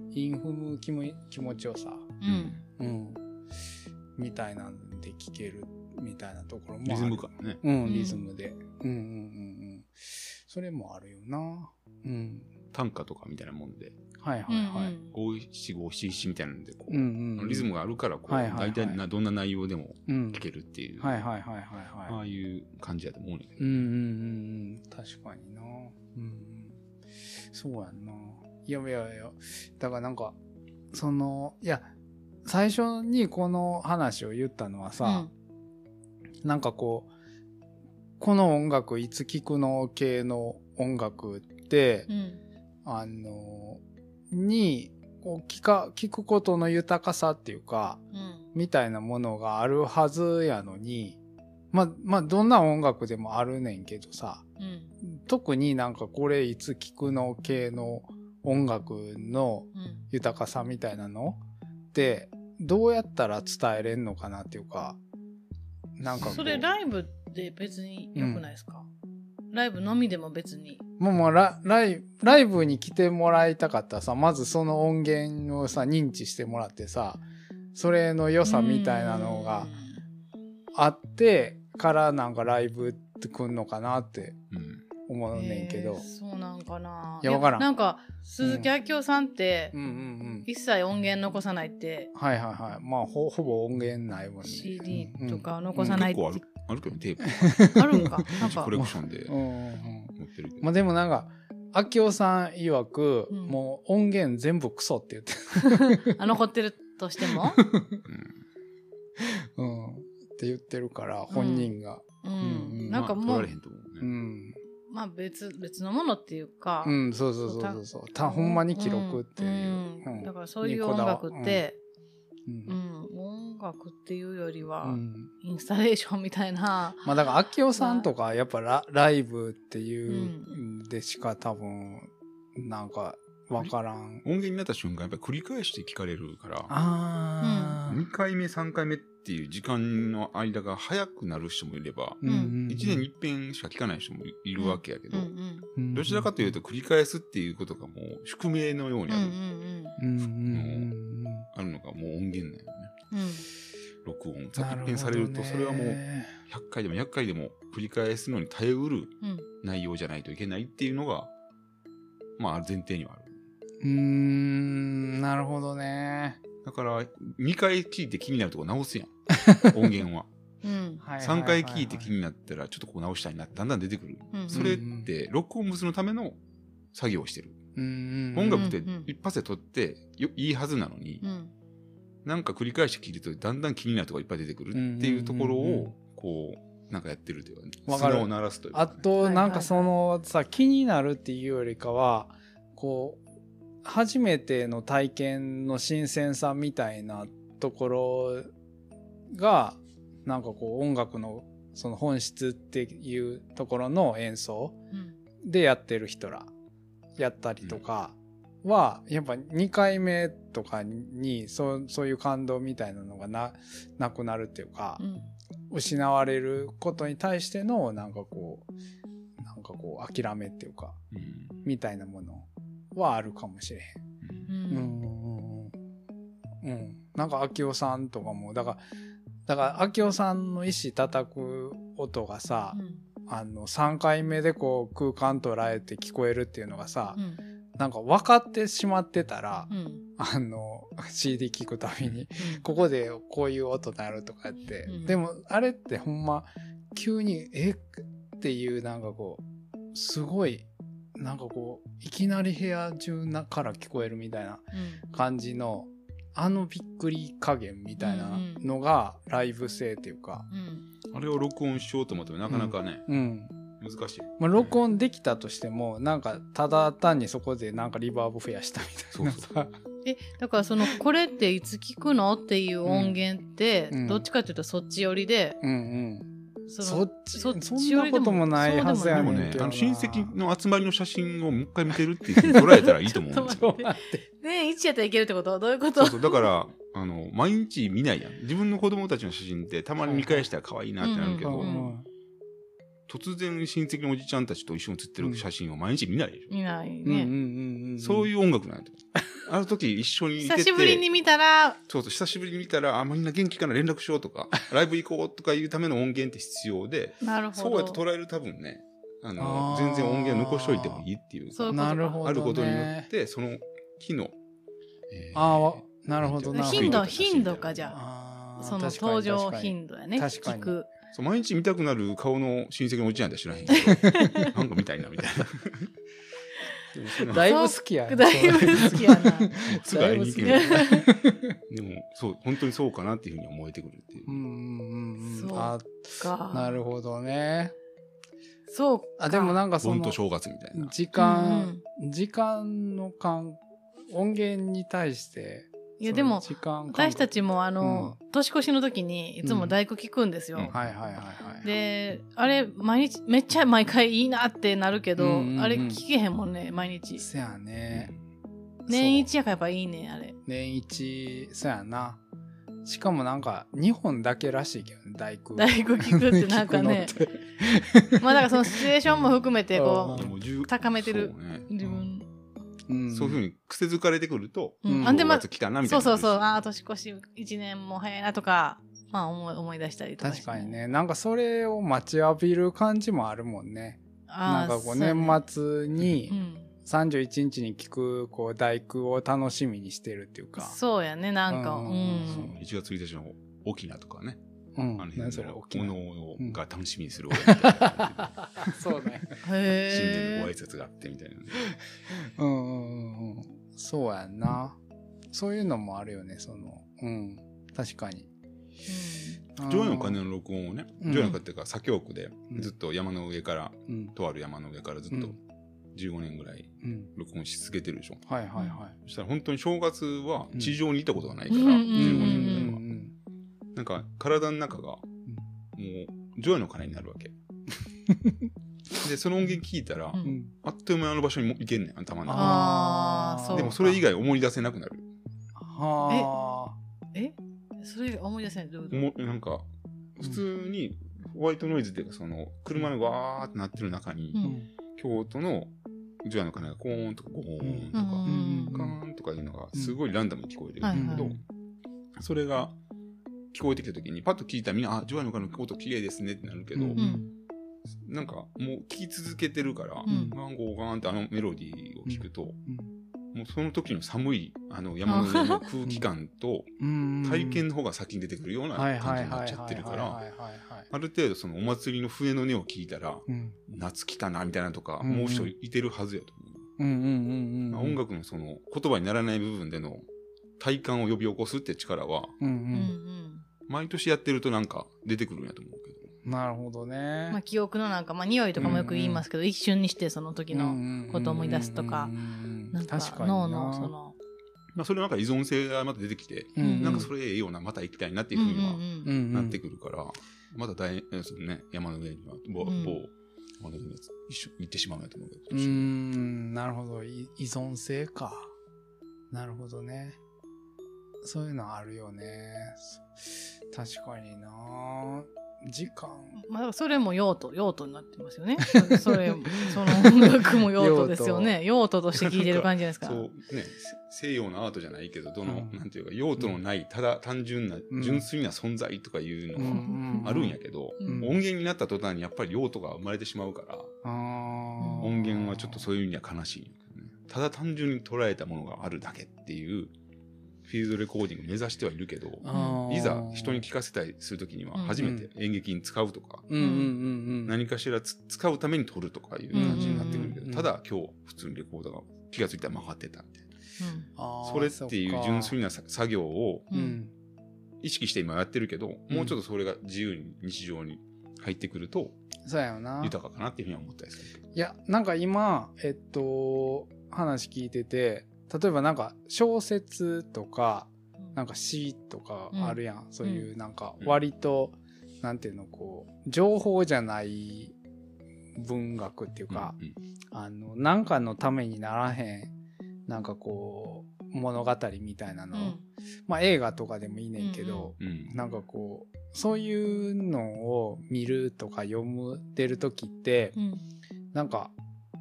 [SPEAKER 2] うんうん、因踏む気も気持ちよさ、
[SPEAKER 1] うんうん
[SPEAKER 2] うん、みたいなんで聞けるみたいなところもある
[SPEAKER 3] リズム感ね。
[SPEAKER 2] う、
[SPEAKER 1] うんん
[SPEAKER 2] リズムで。うんうんうんうん。それもあるよな。うん。
[SPEAKER 3] 短歌とかみたいなもんで、
[SPEAKER 2] はいは
[SPEAKER 1] う
[SPEAKER 2] い
[SPEAKER 1] ん
[SPEAKER 2] はい。
[SPEAKER 3] 五七五七七みたいなので、こ
[SPEAKER 2] うん
[SPEAKER 3] う、
[SPEAKER 2] うんうん。
[SPEAKER 3] リズムがあるから、こう、
[SPEAKER 2] はいはいはい
[SPEAKER 3] 大体などんな内容でも
[SPEAKER 2] うん。
[SPEAKER 3] 聞けるっていう、
[SPEAKER 2] はいはいはいはい
[SPEAKER 3] あ
[SPEAKER 2] は
[SPEAKER 3] あいう感じだと思うねんだけ
[SPEAKER 2] い。う
[SPEAKER 3] ど。
[SPEAKER 2] んうんうんうん。確かにな。うんうん。そうやんな。いやいやいや。だからなんか、その、いや、最初にこの話を言ったのはさ、なんかこう、この音楽いつ聴くの系の音楽って、
[SPEAKER 1] うん
[SPEAKER 2] あの、に、こう聞か、聞くことの豊かさっていうか、
[SPEAKER 1] うん
[SPEAKER 2] みたいなものがあるはずやのに、まあ、まあ、どんな音楽でもあるねんけどさ、
[SPEAKER 1] うん
[SPEAKER 2] 特になんかこれいつ聞くの系の音楽の
[SPEAKER 1] うん
[SPEAKER 2] 豊かさみたいなのって、どうやったら伝えれんのかなっていうか、なんかこう
[SPEAKER 1] それライブで別に良くないですか、ライブのみでも別に。
[SPEAKER 2] もうもうラライライブに来てもらいたかったらさ、まずその音源をさ、認知してもらってさ、それの良さみたいなのがあってからなんかライブってくんのかなって
[SPEAKER 3] うん
[SPEAKER 2] 思
[SPEAKER 1] うん。
[SPEAKER 2] うねんけ
[SPEAKER 1] へ
[SPEAKER 2] ど
[SPEAKER 1] ー。そうなんかない
[SPEAKER 2] やわからん
[SPEAKER 1] なんか、鈴木明夫さんって
[SPEAKER 2] うん、うんうん。
[SPEAKER 1] 一切音源残さないって、
[SPEAKER 2] はいはいはい。まあほほぼ音源ないもんね。
[SPEAKER 1] CD
[SPEAKER 2] うん
[SPEAKER 1] と。か残さない
[SPEAKER 3] 結
[SPEAKER 1] って、
[SPEAKER 3] 構あるあるけどテープ
[SPEAKER 1] ある んか。なんか
[SPEAKER 3] コ、レクションで
[SPEAKER 2] うんうんうん。
[SPEAKER 3] 持ってるけど、
[SPEAKER 2] まあでもなんか、明夫さん曰く、
[SPEAKER 1] うん
[SPEAKER 2] もう音源全部クソって言って、
[SPEAKER 1] あ残ってるとして も。
[SPEAKER 2] うん。って言ってるから、本人が。
[SPEAKER 1] うん
[SPEAKER 2] うん
[SPEAKER 1] なんか
[SPEAKER 3] まあ
[SPEAKER 1] も
[SPEAKER 3] 取ら
[SPEAKER 1] う
[SPEAKER 3] れへ、んと思うね、
[SPEAKER 2] うん。
[SPEAKER 1] まあ別、別のものっていうか、
[SPEAKER 2] うん、そうそうそうそうそう。た、ほんまに記録っていう。
[SPEAKER 1] ん
[SPEAKER 2] うん
[SPEAKER 1] だからそういう
[SPEAKER 2] にこ
[SPEAKER 1] 音
[SPEAKER 2] だわ
[SPEAKER 1] 楽って、
[SPEAKER 2] うん
[SPEAKER 1] うん、音楽っていうよりは、
[SPEAKER 2] うん
[SPEAKER 1] インスタレーションみたいな、
[SPEAKER 2] まあだから、明夫さんとか、やっぱラライブっていう
[SPEAKER 1] う
[SPEAKER 2] うんでしか多分、なんか、わからん。
[SPEAKER 3] 音源になった瞬間やっぱり繰り返して聞かれるから
[SPEAKER 2] あー
[SPEAKER 3] 2回目3回目っていう時間の間が早くなる人もいれば、
[SPEAKER 1] ん
[SPEAKER 3] 1年に一遍しか聞かない人もいるわけやけ
[SPEAKER 1] う
[SPEAKER 3] ど、
[SPEAKER 1] んうん、
[SPEAKER 2] に
[SPEAKER 3] どちらかというと繰り返すっていうことがもう宿命のよう
[SPEAKER 1] うんうん
[SPEAKER 3] にある,、
[SPEAKER 2] うんうんうん
[SPEAKER 3] あるのがもう音源なんよね
[SPEAKER 1] うんうん
[SPEAKER 3] 録音
[SPEAKER 2] なるほ
[SPEAKER 3] さ一
[SPEAKER 2] どね
[SPEAKER 3] 遍されるとそれはもう100回でも100回でも繰り返すのに耐えうる
[SPEAKER 1] うん
[SPEAKER 3] 内容じゃないといけないっていうのがまあ前提にはある
[SPEAKER 2] うーん、なるほどね。
[SPEAKER 3] だから2回聞いて気になるとこ直すやん音源は
[SPEAKER 1] うん
[SPEAKER 2] は
[SPEAKER 3] 3回聞いて気になったらちょっとここ直したいなだんだん出てくる
[SPEAKER 1] うん
[SPEAKER 3] それって録音物のための作業をしてる音
[SPEAKER 2] 音
[SPEAKER 3] 楽って
[SPEAKER 1] うんうん
[SPEAKER 3] 一発で撮ってよいいはずなのに
[SPEAKER 1] うん
[SPEAKER 3] なんか繰り返して聞いるとだんだん気になるとこいっぱい出てくるっていうところ
[SPEAKER 2] うんうんうんうん
[SPEAKER 3] をこうなんかやってるというか
[SPEAKER 2] わかる
[SPEAKER 3] 砂を鳴らすというか
[SPEAKER 2] あ
[SPEAKER 3] ね
[SPEAKER 2] となんかそのさ気になるっていうよりかはこう初めての体験の新鮮さみたいなところがなんかこう音楽のその本質っていうところの演奏
[SPEAKER 1] うん
[SPEAKER 2] でやってる人らやったりとかは、やっぱ2回目とかにそうそういう感動みたいなのがななくなるっていうか、
[SPEAKER 1] うん
[SPEAKER 2] 失われることに対してのなんかこうなんかこう諦めっていうか
[SPEAKER 3] うん
[SPEAKER 2] みたいなものはあるかもしれ
[SPEAKER 3] うん
[SPEAKER 2] へん。うんうんうんうん、なんか明夫さんとかもだからだから明夫さんの石叩く音がさ、あの3回目でこう空間捉えて聞こえるっていうのがさ、
[SPEAKER 1] うん
[SPEAKER 2] なんか分かってしまってたら、
[SPEAKER 1] うん
[SPEAKER 2] あの CD 聞くたびにここでこういう音鳴るとかやって、
[SPEAKER 1] うん
[SPEAKER 2] でもあれってほんま急に「えっ?」ていうなんかこうすごいなんかこういきなり部屋中なから聞こえるみたいな
[SPEAKER 1] うん
[SPEAKER 2] 感じのあのびっくり加減みたいなのがライブ性っていうか、
[SPEAKER 1] うん
[SPEAKER 3] あれを録音しようと思ってもなかなかね
[SPEAKER 2] うん
[SPEAKER 3] 難しい
[SPEAKER 2] まあ、録音できたとしてもなんかただ単にそこでなんかリバーブ増やしたみたいな
[SPEAKER 3] そうそ
[SPEAKER 2] さ
[SPEAKER 1] えだからそのこれっていつ聞くのっていう音源って、
[SPEAKER 2] うん
[SPEAKER 1] どっちかというとそっち寄りで
[SPEAKER 2] うんうん
[SPEAKER 1] そ
[SPEAKER 2] そ
[SPEAKER 1] の
[SPEAKER 2] っちそ
[SPEAKER 1] そ
[SPEAKER 2] ん
[SPEAKER 1] っち
[SPEAKER 2] なこともないはずや
[SPEAKER 3] で
[SPEAKER 2] ね
[SPEAKER 3] も
[SPEAKER 2] ん
[SPEAKER 3] ね
[SPEAKER 2] けど
[SPEAKER 3] あ
[SPEAKER 2] な
[SPEAKER 3] の親戚の集まりの写真をもう一回見てるっていうふうに捉えたらいいと思うん です
[SPEAKER 1] ち ょっ
[SPEAKER 3] よ
[SPEAKER 1] と待ね一やったらいけるってことどういうこ
[SPEAKER 3] そ
[SPEAKER 1] と
[SPEAKER 3] うそうだからあの毎日見ないやん自分の子供たちの写真ってたまに見返したら可愛いなってなるけど、
[SPEAKER 1] うんうんうん
[SPEAKER 3] 突然親戚のおじちゃんたちと一緒に写ってる写真を毎日見ないでしょ、
[SPEAKER 1] いない
[SPEAKER 2] うんうん
[SPEAKER 1] ね、
[SPEAKER 2] うんうん、
[SPEAKER 3] そう
[SPEAKER 2] い
[SPEAKER 3] いう音楽なんだと思うあの時一緒にいてて
[SPEAKER 1] 久しぶりに見たら
[SPEAKER 3] そうそう久しぶりに見たらあみんな元気かな連絡しようとか ライブ行こうとかいうための音源って必要で
[SPEAKER 1] なるほ
[SPEAKER 3] そ
[SPEAKER 1] ど
[SPEAKER 3] うやって捉える多分ねあの
[SPEAKER 2] あー
[SPEAKER 3] 全然音源残しといてもいいっていうか
[SPEAKER 1] そういうこと
[SPEAKER 2] なるほど、ね、
[SPEAKER 3] あることによってその日の、えー
[SPEAKER 2] ああわなるほどな
[SPEAKER 1] 頻度
[SPEAKER 3] なんていうの
[SPEAKER 1] 頻度かじゃあ
[SPEAKER 2] あー
[SPEAKER 1] その
[SPEAKER 2] 確かに
[SPEAKER 1] 登場
[SPEAKER 2] 確かに
[SPEAKER 1] 頻度やね
[SPEAKER 2] 確か
[SPEAKER 1] 聞
[SPEAKER 2] に
[SPEAKER 1] く
[SPEAKER 3] そう毎日見たくなる顔の親戚のおじちゃんやったら知らへんけどなんか見たいなみたいなでもその
[SPEAKER 2] だいぶ好きやね
[SPEAKER 1] だいぶ好きやな
[SPEAKER 3] すぐ会いに行ける
[SPEAKER 1] だい
[SPEAKER 3] でもそう本当にそうかなっていうふうに思えてくるっていう
[SPEAKER 2] うんうんうんう
[SPEAKER 1] そ
[SPEAKER 2] ん
[SPEAKER 1] う
[SPEAKER 2] あ
[SPEAKER 1] か
[SPEAKER 2] なるほどね
[SPEAKER 1] そうか
[SPEAKER 2] あでもなんかそ
[SPEAKER 3] 盆
[SPEAKER 2] の
[SPEAKER 3] と正月みたいな
[SPEAKER 2] 時間、時間の感音源に対して
[SPEAKER 1] いやでも
[SPEAKER 2] その時間感覚
[SPEAKER 1] 私たちもあの、年越しの時にいつも大工聞くんですよ、
[SPEAKER 3] うん
[SPEAKER 2] はいはいはいはい
[SPEAKER 1] であれ毎日めっちゃ毎回いいなってなるけど、
[SPEAKER 2] うんうんうん
[SPEAKER 1] あれ聞けへんもんね毎日
[SPEAKER 2] せやね
[SPEAKER 1] 年
[SPEAKER 2] そう
[SPEAKER 1] 一やからやっぱいいねあれ
[SPEAKER 2] 年一そやなしかもなんか日本だけらしいけどね大工
[SPEAKER 1] 大工聞くって なんかね
[SPEAKER 2] 聞くのって
[SPEAKER 1] まあだからそのシチュエーションも含めてこ
[SPEAKER 2] う
[SPEAKER 1] う
[SPEAKER 2] ん
[SPEAKER 3] でも十
[SPEAKER 1] 高めてる
[SPEAKER 3] そうね
[SPEAKER 1] 自分、
[SPEAKER 2] うん
[SPEAKER 3] そういうふうに癖づかれてくると、
[SPEAKER 1] うん
[SPEAKER 2] うん
[SPEAKER 1] あんで
[SPEAKER 3] 正
[SPEAKER 1] まあ
[SPEAKER 3] 月来たなみ
[SPEAKER 1] そ
[SPEAKER 3] たいうな。
[SPEAKER 1] そうそうああ年越し1年も早いなとかまあ思い思い出したりとかして
[SPEAKER 2] 確かにねなんかそれを待ちわびる感じもあるもんねな
[SPEAKER 1] あー
[SPEAKER 2] んかこう
[SPEAKER 1] そうやね
[SPEAKER 2] 年末に
[SPEAKER 1] うん
[SPEAKER 2] 31日に聞くこう大工を楽しみにしてるっていうか
[SPEAKER 1] そうやねなんか
[SPEAKER 2] う
[SPEAKER 1] うんん、
[SPEAKER 2] そう
[SPEAKER 3] 1月1日の沖縄とかね、
[SPEAKER 2] うん
[SPEAKER 3] あの辺
[SPEAKER 2] 何それ
[SPEAKER 3] の
[SPEAKER 2] 大
[SPEAKER 3] お
[SPEAKER 2] きな
[SPEAKER 3] のおのが楽しみにする親みたいな
[SPEAKER 2] そうね
[SPEAKER 1] へ
[SPEAKER 3] 新年のご
[SPEAKER 1] え
[SPEAKER 3] 挨拶があってみたいなね。
[SPEAKER 2] うんうんうんうんそうやんなそういうのもあるよねそのうん確かに
[SPEAKER 3] ジョイの鐘の録音をね、
[SPEAKER 2] うん
[SPEAKER 3] ジョイの鐘っていうか左京区で
[SPEAKER 2] うん
[SPEAKER 3] ずっと山の上から、
[SPEAKER 2] うん
[SPEAKER 3] とある山の上からずっ
[SPEAKER 2] う
[SPEAKER 3] と
[SPEAKER 2] ん
[SPEAKER 3] 15年ぐらい
[SPEAKER 2] うん
[SPEAKER 3] 録音し続けてるでしょ。
[SPEAKER 2] はいはいはい
[SPEAKER 3] そしたら本当に正月は地上にいたことがないから、
[SPEAKER 1] うんうん
[SPEAKER 3] 15年ぐらいは。
[SPEAKER 2] うん
[SPEAKER 3] なんか体の中がもうジョイの鐘になるわけ。でその音源聞いたら、
[SPEAKER 1] うん
[SPEAKER 2] うん
[SPEAKER 3] あっという間にあの場所にも行けんねん頭の中
[SPEAKER 1] あーそう
[SPEAKER 3] でもそれ以外思い出せなくなる
[SPEAKER 2] は
[SPEAKER 1] えそれ思い出せないどういうこ
[SPEAKER 3] もなんか普通にホワイトノイズっていうかその車のわーってなってる中に、
[SPEAKER 1] う
[SPEAKER 2] あ
[SPEAKER 1] ん
[SPEAKER 3] 京都のジョイの鐘がコーンとかゴーンと
[SPEAKER 1] とう
[SPEAKER 3] か、
[SPEAKER 1] ん
[SPEAKER 3] カーンとかいうのがすごいランダムに聞こえてるんだ
[SPEAKER 1] は
[SPEAKER 3] け
[SPEAKER 1] い
[SPEAKER 3] ど、
[SPEAKER 1] はい
[SPEAKER 3] それが聞こえてきた時にパッと聞いたらみんな「あジョイの鐘の京都綺麗ですね」ってなるけど、
[SPEAKER 2] うん
[SPEAKER 1] うん
[SPEAKER 3] なんかもう聞き続けてるから、
[SPEAKER 1] うん
[SPEAKER 3] ガンゴーガーンってあのメロディーを聞くと、
[SPEAKER 2] うん
[SPEAKER 3] もうその時の寒いあの山の上 の空気感と
[SPEAKER 2] うん
[SPEAKER 3] 体験の方が先に出てくるような
[SPEAKER 2] はい
[SPEAKER 3] 感
[SPEAKER 2] は
[SPEAKER 3] じ
[SPEAKER 2] いはい
[SPEAKER 3] にな
[SPEAKER 2] は
[SPEAKER 3] っ
[SPEAKER 2] い
[SPEAKER 3] ちゃってるか
[SPEAKER 2] は
[SPEAKER 3] ら、
[SPEAKER 2] いはいはい
[SPEAKER 3] ある程度そのお祭りの笛の音を聞いたら、
[SPEAKER 2] うん
[SPEAKER 3] 夏来たなみたいなとか、
[SPEAKER 2] うん
[SPEAKER 3] もう一人いてるはずやと思う。
[SPEAKER 2] うんうんうんうん
[SPEAKER 3] 音楽のその言葉にならない部分での体感を呼び起こすって力は、
[SPEAKER 2] うん
[SPEAKER 1] うんう
[SPEAKER 2] うん
[SPEAKER 1] ん
[SPEAKER 3] 毎年やってるとなんか出てくるんやと思うけど。
[SPEAKER 2] なるほどね
[SPEAKER 1] まあ記憶のなんかまあ匂いとかもよく言いますけど、一瞬にしてその時のことを思い出すとか
[SPEAKER 2] うんうんう
[SPEAKER 1] なんんか
[SPEAKER 2] 確かにな
[SPEAKER 1] 脳のその
[SPEAKER 3] まあ、それなんか依存性がまた出てきて、
[SPEAKER 2] う
[SPEAKER 1] うん
[SPEAKER 3] なんかそれええような、また行きたいなっていうふうには
[SPEAKER 1] うん
[SPEAKER 2] う
[SPEAKER 1] うん
[SPEAKER 2] ん
[SPEAKER 3] なってくるから、まだ大変そのね、山の上には、
[SPEAKER 1] う
[SPEAKER 3] 某、
[SPEAKER 1] ん
[SPEAKER 3] 某山の上に一緒行ってしまうんやと思うけど、
[SPEAKER 2] うーん、なるほど。い依存性か。なるほどね。そういうのあるよね。確かにな時間。
[SPEAKER 1] まあだからそれも用途用途になってますよね そそれその音楽も用途ですよね用途として聞いてる感じじゃないですか
[SPEAKER 3] そうね、せ西洋のアートじゃないけど、どの、
[SPEAKER 2] うん
[SPEAKER 3] なんていうか、用途のない、ただ単純な、
[SPEAKER 2] ん
[SPEAKER 3] 純粋な存在とかいうのがあるんやけど、
[SPEAKER 1] うん
[SPEAKER 3] 音源になった途端にやっぱり用途が生まれてしまうから、
[SPEAKER 2] あー
[SPEAKER 3] 音源はちょっとそういう意味では悲しいんやけどね。ただ単純に捉えたものがあるだけっていう、フィールドレコーディング目指してはいるけど、
[SPEAKER 2] あー
[SPEAKER 3] いざ人に聞かせたりするときには
[SPEAKER 1] うん
[SPEAKER 3] 初めて演劇に使うとか、
[SPEAKER 2] うんうんうんうん。
[SPEAKER 3] 何かしらつ使うために撮るとかいう感じになってくるけど、
[SPEAKER 2] うん
[SPEAKER 3] ただ今日普通にレコーダーが気がついたら曲がってたみたいな
[SPEAKER 1] うん
[SPEAKER 2] あー
[SPEAKER 3] それっていう純粋
[SPEAKER 2] そっ
[SPEAKER 3] なさ作業を
[SPEAKER 2] かうん。
[SPEAKER 3] 意識して今やってるけど、
[SPEAKER 2] うん
[SPEAKER 3] もうちょっとそれが自由に日常に入ってくると
[SPEAKER 2] そうやよな。
[SPEAKER 3] 豊かかなっていうふうには思ったりする。
[SPEAKER 2] いや、なんか今、えっと、話聞いてて、例えばなんか小説とか、なんか詩とかあるやん、そういうなんか割と、なんていうのこう情報じゃない文学っていうか、
[SPEAKER 3] うん
[SPEAKER 2] あのなんかのためにならへんなんかこう物語みたいな
[SPEAKER 1] う
[SPEAKER 2] の、
[SPEAKER 1] ん
[SPEAKER 2] まあ映画とかでもいいねんけど、
[SPEAKER 3] うんうん
[SPEAKER 2] なんかこうそういうのを見るとか読むてる時って、
[SPEAKER 1] うん
[SPEAKER 2] なんか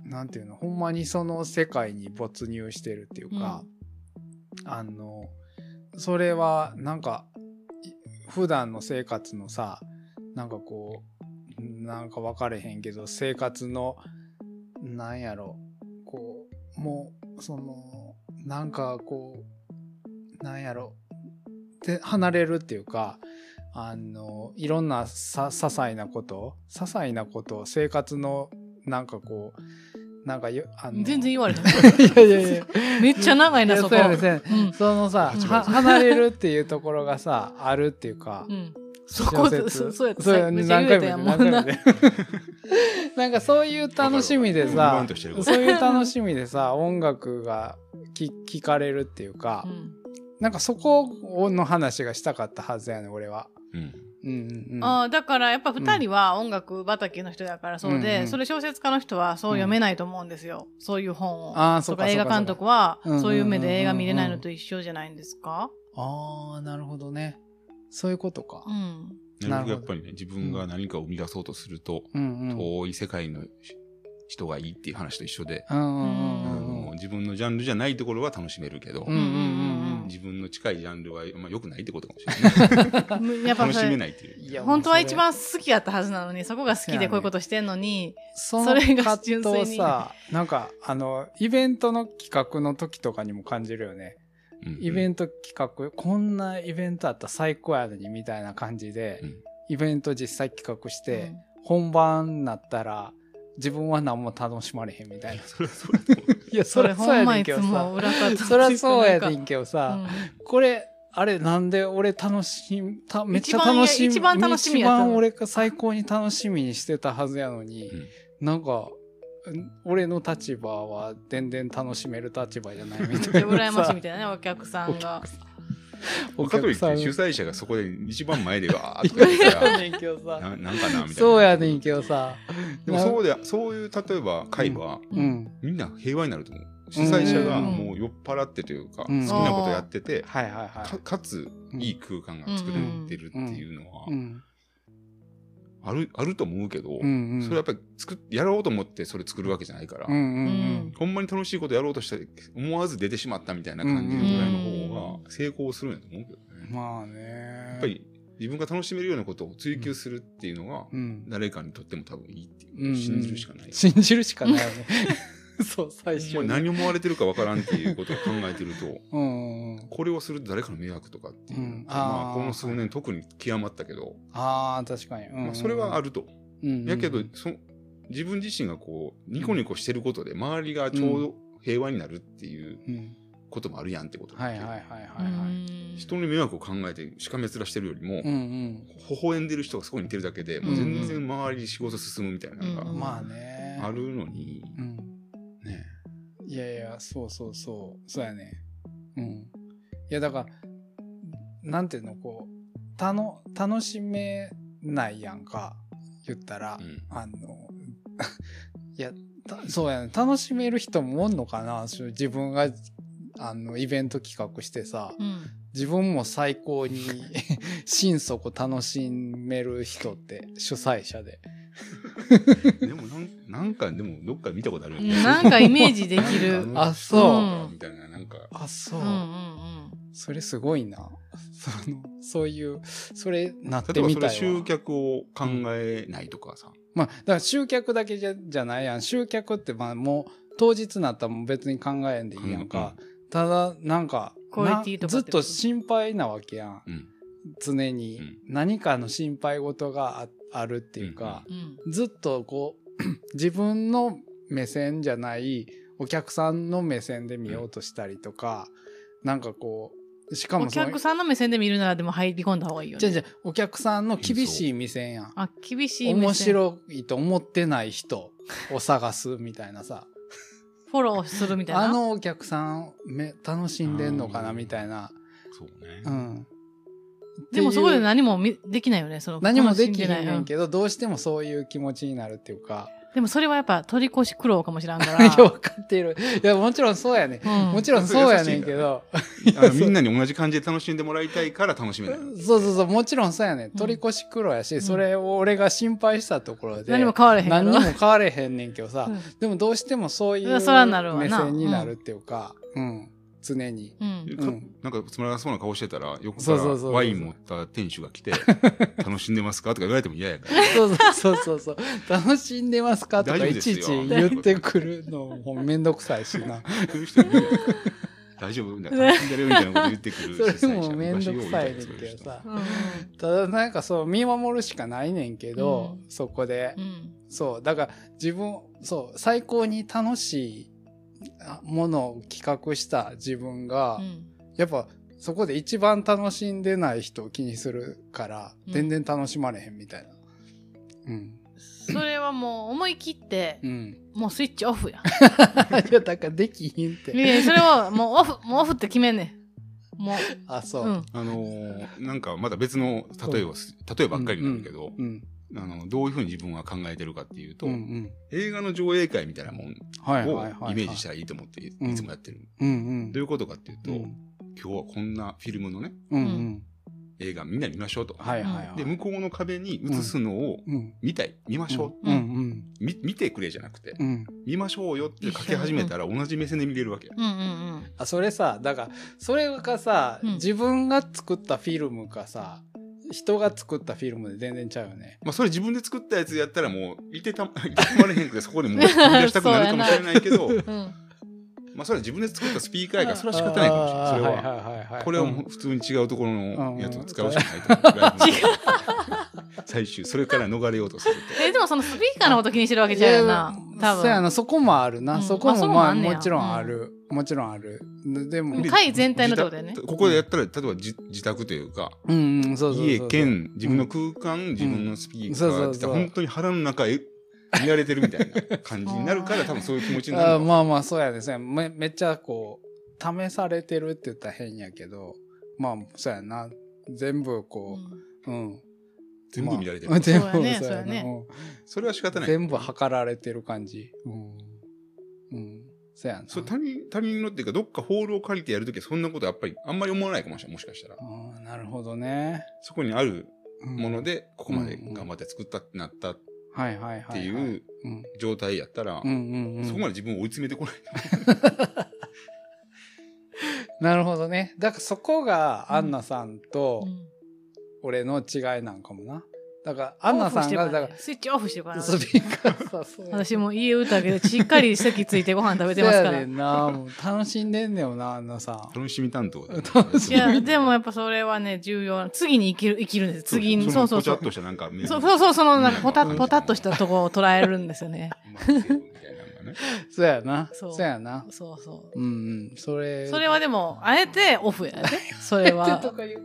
[SPEAKER 2] なんていうのほんまにその世界に没入してるっていうか、あのそれはなんかい普段の生活のさなんかこうなんか分かれへんけど生活のなんやろこうもうそのなんかこうなんやろで離れるっていうかあのいろんなさ些細なこと些細なこと生活のなんかこうなんかよあの
[SPEAKER 1] 全然言われへん
[SPEAKER 2] いやいやいや
[SPEAKER 1] めっちゃ長い
[SPEAKER 2] い
[SPEAKER 1] な
[SPEAKER 2] や
[SPEAKER 1] そこ
[SPEAKER 2] そうやねそうやね
[SPEAKER 1] うん
[SPEAKER 2] そ のさ、
[SPEAKER 3] うん
[SPEAKER 2] は離れるっていうところがさ、あるっていうか
[SPEAKER 1] う、んそこ
[SPEAKER 2] 小
[SPEAKER 1] で
[SPEAKER 2] 説
[SPEAKER 1] そそうやって
[SPEAKER 2] そうや
[SPEAKER 1] めっ
[SPEAKER 2] ね
[SPEAKER 1] ちゃ
[SPEAKER 2] 何
[SPEAKER 1] 言
[SPEAKER 2] 回
[SPEAKER 1] う
[SPEAKER 2] も
[SPEAKER 1] た
[SPEAKER 2] 言
[SPEAKER 1] や
[SPEAKER 2] うんね
[SPEAKER 1] も
[SPEAKER 2] 何
[SPEAKER 1] んな
[SPEAKER 2] 回も言うね なんかそういう楽しみで
[SPEAKER 3] うん言わ
[SPEAKER 2] さ
[SPEAKER 3] ん、としてること
[SPEAKER 2] そういう楽しみでさ、音楽がき聞かれるっていうか
[SPEAKER 1] う、ん
[SPEAKER 2] なんかそこの話がしたかったはずやねん俺は。
[SPEAKER 3] うん
[SPEAKER 2] うんうんうん。
[SPEAKER 1] あーだからやっぱ2人は音楽畑の人だからそうで、
[SPEAKER 2] うんうん
[SPEAKER 1] それ小説家の人はそう読めないと思うんですよ、そういう本を。
[SPEAKER 2] あー、
[SPEAKER 1] と
[SPEAKER 2] そうか
[SPEAKER 1] か映画監督は
[SPEAKER 2] うんうんうんうん
[SPEAKER 1] そういう目で映画見れないのと一緒じゃないんですか、
[SPEAKER 2] ああ、なるほどね。そういうことか
[SPEAKER 1] う。ん。
[SPEAKER 3] な
[SPEAKER 2] な
[SPEAKER 3] るほど
[SPEAKER 2] る
[SPEAKER 3] や
[SPEAKER 2] ほど
[SPEAKER 3] っぱりね、自分が何かを生み出そうとすると、
[SPEAKER 2] うんうん。
[SPEAKER 3] 遠い世界のし人がいいっていう話と一緒で、
[SPEAKER 2] うんうんう
[SPEAKER 3] あ
[SPEAKER 2] ん
[SPEAKER 3] の自分のジャンルじゃないところは楽しめるけど、
[SPEAKER 2] うんうんうんうん
[SPEAKER 3] 自分の近いジャンルは、まあ、良くないってことかもし れない。
[SPEAKER 1] やっぱ
[SPEAKER 3] 楽
[SPEAKER 1] そ
[SPEAKER 3] しめ
[SPEAKER 1] れ、
[SPEAKER 3] ないっていう。
[SPEAKER 2] いや
[SPEAKER 1] 本当は一番好きやったはずなのに、そこが好きでこういうことしてんのに、
[SPEAKER 2] そ
[SPEAKER 1] そ
[SPEAKER 2] の
[SPEAKER 1] れが
[SPEAKER 2] 葛藤
[SPEAKER 1] 純粋に
[SPEAKER 2] さ、なんか、あの、イベントの企画の時とかにも感じるよね。イベ
[SPEAKER 3] ン
[SPEAKER 2] ント企画、こんなイベントあったら最高やのにみたいな感じで、
[SPEAKER 3] うん
[SPEAKER 2] イベント実際企画し
[SPEAKER 1] う
[SPEAKER 2] て、
[SPEAKER 1] ん
[SPEAKER 2] 本番になったら、自分は何も楽しまれへん みたいな。
[SPEAKER 3] それはそうだと思う
[SPEAKER 2] いや、そ
[SPEAKER 1] そ
[SPEAKER 2] り
[SPEAKER 1] れ
[SPEAKER 2] ゃ
[SPEAKER 1] ほ
[SPEAKER 2] そうや
[SPEAKER 1] んま
[SPEAKER 2] ねん
[SPEAKER 1] い
[SPEAKER 2] け
[SPEAKER 1] つ
[SPEAKER 2] どさ
[SPEAKER 1] も。 裏方として
[SPEAKER 2] そりゃそうやね
[SPEAKER 1] なん
[SPEAKER 2] んけど
[SPEAKER 1] か
[SPEAKER 2] さ、
[SPEAKER 1] うん
[SPEAKER 2] これ、あれ、なんで俺楽しみ、ためっちゃ
[SPEAKER 1] 一番
[SPEAKER 2] 楽しみ、
[SPEAKER 1] 一番楽しみやったの
[SPEAKER 2] 一番俺が最高に楽しみにしてたはずやのに、
[SPEAKER 3] うん
[SPEAKER 2] なんか、ん俺の立場は全然楽しめる立場じゃないみたいな
[SPEAKER 1] 羨ましい
[SPEAKER 2] さ
[SPEAKER 1] みたいなね、お客さんが。
[SPEAKER 2] お
[SPEAKER 3] かと
[SPEAKER 2] 客
[SPEAKER 3] いって
[SPEAKER 2] さん
[SPEAKER 3] 主催者がそこで一番前でわーってやってた
[SPEAKER 2] そうや
[SPEAKER 3] ら
[SPEAKER 2] ねんけどさ
[SPEAKER 3] ななんかなみたいな
[SPEAKER 2] そうやねんけどさ
[SPEAKER 3] でもそうでそういう例えば会は、
[SPEAKER 2] う。ん
[SPEAKER 3] みんな平和になると思う主催者がもう酔っ払ってというか、
[SPEAKER 2] うん
[SPEAKER 3] 好きなことやってて、
[SPEAKER 2] はいはいは
[SPEAKER 3] か
[SPEAKER 2] い
[SPEAKER 3] かついい空間が作れてるっていうのは
[SPEAKER 2] うん
[SPEAKER 3] ある,、あると思うけど、
[SPEAKER 2] うんうん
[SPEAKER 3] それやっぱり作っやろうと思ってそれ作るわけじゃないから、
[SPEAKER 2] うんうんうん
[SPEAKER 3] ほんまに楽しいことやろうとして思わず出てしまったみたいな感じのぐらいの方が成功するんやと思うけどね。
[SPEAKER 2] まあね
[SPEAKER 3] やっぱり自分が楽しめるようなことを追求するっていうのが
[SPEAKER 2] うん
[SPEAKER 3] 誰かにとっても多分いいっていうことを信じるしかない。
[SPEAKER 2] 信じるしかないよ ねそう最
[SPEAKER 3] ほ
[SPEAKER 2] 初
[SPEAKER 3] んまに何を思われてるかわからんっていうことを考えてると、
[SPEAKER 2] うんうん
[SPEAKER 3] これをすると誰かの迷惑とかっていう、
[SPEAKER 2] うん
[SPEAKER 3] ま
[SPEAKER 2] あ
[SPEAKER 3] あ
[SPEAKER 2] ー
[SPEAKER 3] この数年特に極まったけど、
[SPEAKER 2] ああ確かに、うん
[SPEAKER 3] まあ、それはあると。
[SPEAKER 2] うん
[SPEAKER 3] やけどそ自分自身がこうニコニコしてることで周りがちょうど平和になるっていう
[SPEAKER 2] うん
[SPEAKER 3] こともあるやんってことだ
[SPEAKER 2] は
[SPEAKER 3] っ
[SPEAKER 2] い
[SPEAKER 3] け
[SPEAKER 2] はいはいはい
[SPEAKER 1] うん
[SPEAKER 2] はい
[SPEAKER 3] 人に迷惑を考えてしかめ面してるよりも、
[SPEAKER 2] う
[SPEAKER 3] 微
[SPEAKER 2] ん
[SPEAKER 3] 笑んでる人がそこにいてるだけで、もう全然周り仕事進むみたいな
[SPEAKER 2] う
[SPEAKER 3] の
[SPEAKER 2] ん
[SPEAKER 1] ん
[SPEAKER 2] まあね
[SPEAKER 3] があるのに、
[SPEAKER 2] うん
[SPEAKER 3] ね
[SPEAKER 2] いやいや、そうそうそう。そうやね。うん。いや、だから、なんていうの、こう、たの、楽しめないやんか、言ったら、
[SPEAKER 3] うん
[SPEAKER 2] あの、 いや、たそうやね。楽しめる人もおんのかなそう自分が、あの、イベント企画してさ、
[SPEAKER 1] うん
[SPEAKER 2] 自分も最高に 心底楽しめる人って、主催者で。
[SPEAKER 3] でもなん なんかでもどっか見たことあるよね
[SPEAKER 1] なんかイメージでき る。
[SPEAKER 2] あそう
[SPEAKER 3] みたいななんか
[SPEAKER 2] あ、そう。
[SPEAKER 1] うんうん
[SPEAKER 2] それすごいな。 その、そういう、それなって
[SPEAKER 3] 例えば
[SPEAKER 2] み
[SPEAKER 3] それ
[SPEAKER 2] たいわ
[SPEAKER 3] 集客を考えないとかさ、
[SPEAKER 2] まあ、だから集客だけじゃじゃないやん。集客って、まあもう、当日になったらもう別に考えんでいいやんか。ただ、なんか、
[SPEAKER 1] クオリティとか
[SPEAKER 2] なず
[SPEAKER 1] っ
[SPEAKER 2] って
[SPEAKER 1] こと
[SPEAKER 2] と心配なわけやん。
[SPEAKER 3] うん
[SPEAKER 2] 常に
[SPEAKER 3] うん。
[SPEAKER 2] 何かの心配事がああるっていうか、
[SPEAKER 1] うんうん。
[SPEAKER 2] ずっとこう、 自分の目線じゃない、お客さんの目線で見ようとしたりとか、なんかこう、しか
[SPEAKER 1] お
[SPEAKER 2] もその
[SPEAKER 1] 客、さんの目線で見るならでも入り込んだ方がいいよ
[SPEAKER 2] じゃ
[SPEAKER 1] ね。
[SPEAKER 2] じゃお客さんの厳しい目線やん。
[SPEAKER 1] あ、厳しい目
[SPEAKER 2] 面
[SPEAKER 1] 線。
[SPEAKER 2] 白いと思ってない人を探すみたいなさ
[SPEAKER 1] フォローするみたいな。
[SPEAKER 2] あのお客さんめ楽しんでんのかな
[SPEAKER 3] うん
[SPEAKER 2] みたいな、
[SPEAKER 3] そうね、
[SPEAKER 2] うん、
[SPEAKER 1] でもそこで
[SPEAKER 2] っていう
[SPEAKER 1] 何もみできないよね。その
[SPEAKER 2] 何もでき
[SPEAKER 1] 楽しん
[SPEAKER 2] へん
[SPEAKER 1] で
[SPEAKER 2] けどどうしてもそういう気持ちになるっていうか
[SPEAKER 1] うんでもそれはやっぱ取り越し苦労かもしらんか
[SPEAKER 2] い
[SPEAKER 1] ら。
[SPEAKER 2] や分かっているいやもちろんそうやね、
[SPEAKER 1] うん
[SPEAKER 2] もちろんそうやねんけど
[SPEAKER 3] あ のみんなに同じ感じで楽しんでもらいたいから楽しめない。
[SPEAKER 2] そうそうそうもちろんそうやねん取り越し苦労やし、
[SPEAKER 1] うん
[SPEAKER 2] それを俺が心配したところで
[SPEAKER 1] 何も変わらへんから。
[SPEAKER 2] 何にも変われへんねんけどさ、
[SPEAKER 1] うん
[SPEAKER 2] でもどうしてもそういう
[SPEAKER 1] うんそらなるわな
[SPEAKER 2] 目線になるっていうか、うん、常に。
[SPEAKER 1] うん。
[SPEAKER 3] か
[SPEAKER 2] うん
[SPEAKER 3] なんかつまらなそうな顔してたら、横か
[SPEAKER 2] そう
[SPEAKER 3] ら
[SPEAKER 2] そうそうそう
[SPEAKER 3] ワイン持った店主が来て、楽しんでますかとか言われても嫌 やから。
[SPEAKER 2] そうそうそうそう。楽しんでますかと
[SPEAKER 3] 大
[SPEAKER 2] か
[SPEAKER 3] 丈夫
[SPEAKER 2] い
[SPEAKER 3] です
[SPEAKER 2] ち
[SPEAKER 3] よ
[SPEAKER 2] いち言ってくるのもめんどくさいしな。
[SPEAKER 3] そういう人いるよね大丈夫みたいな。楽しんでるよみたいなこと言ってくる主催者。
[SPEAKER 2] それもめんどくさいねん
[SPEAKER 3] 昔ようた
[SPEAKER 2] け
[SPEAKER 3] よ
[SPEAKER 2] どさ
[SPEAKER 1] う。ん
[SPEAKER 2] ただなんかそう見守るしかないねんけど、
[SPEAKER 1] う
[SPEAKER 2] そこで
[SPEAKER 1] う。ん。
[SPEAKER 2] そう。だから自分、そう、最高に楽しいものを企画した自分が、
[SPEAKER 1] うん
[SPEAKER 2] やっぱそこで一番楽しんでない人を気にするから、
[SPEAKER 1] うん
[SPEAKER 2] 全然楽しまれへんみたいな。うん。
[SPEAKER 1] それはもう思い切って
[SPEAKER 2] う、ん。
[SPEAKER 1] もうスイッチオフや。
[SPEAKER 2] いや、だからできひんっ
[SPEAKER 1] い
[SPEAKER 2] て。
[SPEAKER 1] やいやそれはもうオフ、もうオフって決めんねん。も
[SPEAKER 2] あ、
[SPEAKER 1] う。
[SPEAKER 2] そうう。
[SPEAKER 1] ん。
[SPEAKER 3] あのーなんかまだ別の例えをす、例えばっかりなんだけど、
[SPEAKER 2] うん。
[SPEAKER 3] あの、どういうふうに自分は考えてるかっていうと、
[SPEAKER 2] うんうん。
[SPEAKER 3] 映画の上映会みたいなもん
[SPEAKER 2] はいはいはいは
[SPEAKER 3] を
[SPEAKER 2] い。
[SPEAKER 3] イメージしたらいいと思って、い
[SPEAKER 2] うん
[SPEAKER 3] つもやってる。
[SPEAKER 2] うんうん。
[SPEAKER 3] どういうことかっていうと、
[SPEAKER 2] うん
[SPEAKER 3] 今日はこんなフィルムのね、
[SPEAKER 2] うんうん。
[SPEAKER 3] 映画みんな見ましょうと。
[SPEAKER 2] はいはいはい。
[SPEAKER 3] で、向こうの壁に映すのを
[SPEAKER 2] うん。
[SPEAKER 3] 見たい、見ましょう、
[SPEAKER 2] うんうん
[SPEAKER 3] み見てくれじゃなくて、
[SPEAKER 2] うん。
[SPEAKER 3] 見ましょうよって書き始めたら同じ目線で見れるわけ。
[SPEAKER 1] うんうん
[SPEAKER 2] あ、それさ、だから、それがさ、
[SPEAKER 1] うん
[SPEAKER 2] 自分が作ったフィルムかさ、人が作ったフィルムで全然ちゃうよね。
[SPEAKER 3] まあそれ自分で作ったやつやったらもういてたいてたまれへ んくてそこでもう飛び出したくなるかもしれないけど、
[SPEAKER 1] うんうん。
[SPEAKER 3] まあそれは自分で作ったスピーカーやからそれは仕方ないかもしれない。それは。
[SPEAKER 2] あーはいはいはいはい、
[SPEAKER 3] これはも
[SPEAKER 2] ん
[SPEAKER 3] う普通に違うところのやつを使うしかないと思う。
[SPEAKER 1] 違
[SPEAKER 3] 最終、それから逃れようとすると。
[SPEAKER 1] え、でもそのスピーカーのこと気にしてるわけじゃうよな。
[SPEAKER 2] いや
[SPEAKER 1] 多
[SPEAKER 2] そうや
[SPEAKER 1] 分。
[SPEAKER 2] な、そこもあるな。
[SPEAKER 1] うん
[SPEAKER 2] そこ
[SPEAKER 1] あそ
[SPEAKER 2] も、
[SPEAKER 1] うも
[SPEAKER 2] ま
[SPEAKER 1] あ
[SPEAKER 2] あ、
[SPEAKER 1] んねや
[SPEAKER 2] もちろんある。もちろんある。ででも、
[SPEAKER 1] で会全体のってことだよね
[SPEAKER 3] 自宅こ こでやったら、例えば自自宅というか、
[SPEAKER 2] うん、うんそうそうそうそう。
[SPEAKER 3] 家兼自分の空間、自分のスピーカーって言ったら
[SPEAKER 2] うん
[SPEAKER 3] 本当に腹の中へ見られてるみたいな感じになるから、多分そういう気持ちになる
[SPEAKER 2] あ
[SPEAKER 3] のか
[SPEAKER 2] まあまあそうやですねめめっちゃこう試されてるって言ったら変やけどまあそうやな全部こう、うん
[SPEAKER 3] 全部見られてる
[SPEAKER 2] まあ、全部
[SPEAKER 1] そうやね
[SPEAKER 2] そうや
[SPEAKER 1] そうや
[SPEAKER 2] ね
[SPEAKER 3] それは仕
[SPEAKER 2] う
[SPEAKER 3] 方
[SPEAKER 2] ん
[SPEAKER 3] ない。
[SPEAKER 2] 全部測られてる感じうん、うん、そうやな
[SPEAKER 3] そう他人他人のっていうか、どっかホールを借りてやるときはそんなことやっぱりあんまり思わないかもしれない。もしかしたら。
[SPEAKER 2] あーなるほどね、
[SPEAKER 3] そこにある
[SPEAKER 2] うん
[SPEAKER 3] もので、ここまで頑張って作ったってなったっ
[SPEAKER 2] はいはいはい、はい、
[SPEAKER 3] ていう、
[SPEAKER 2] うん、
[SPEAKER 3] 状態やったら、
[SPEAKER 2] うんうんうん
[SPEAKER 3] そこまで自分を追い詰めてこない。
[SPEAKER 2] なるほどねだからそこが
[SPEAKER 1] うん
[SPEAKER 2] アンナさんと
[SPEAKER 1] うん
[SPEAKER 2] 俺の違いなんかもなだからアンナさんがだか
[SPEAKER 1] スイッチオフしてるからら。
[SPEAKER 2] スピーカーさそうやな
[SPEAKER 1] 私も家打ったけど、しっかり席ついてご飯食べてますか
[SPEAKER 2] そう
[SPEAKER 1] ら。
[SPEAKER 2] やねんな。もう楽しんでんねよな、あんなさん。
[SPEAKER 3] 楽しみ担当だね。
[SPEAKER 2] 楽し
[SPEAKER 1] いや、でもやっぱそれはね、重要な。次に生きる、生きるんです。次に、そうそうそ
[SPEAKER 3] ポチャっ
[SPEAKER 1] う。
[SPEAKER 3] としたなんか、
[SPEAKER 1] そうそうそう、その、なんか、ポタ
[SPEAKER 3] うん
[SPEAKER 1] ッ、ポタッとしたとこを捉えるんですよね。
[SPEAKER 3] まあみたいなのがね
[SPEAKER 2] そうやな。そ
[SPEAKER 1] そうう
[SPEAKER 2] やな。
[SPEAKER 1] そうそ
[SPEAKER 2] うんうん。それ。
[SPEAKER 1] う。それはでも、あえてオフやで。そ れは
[SPEAKER 2] と。か言う。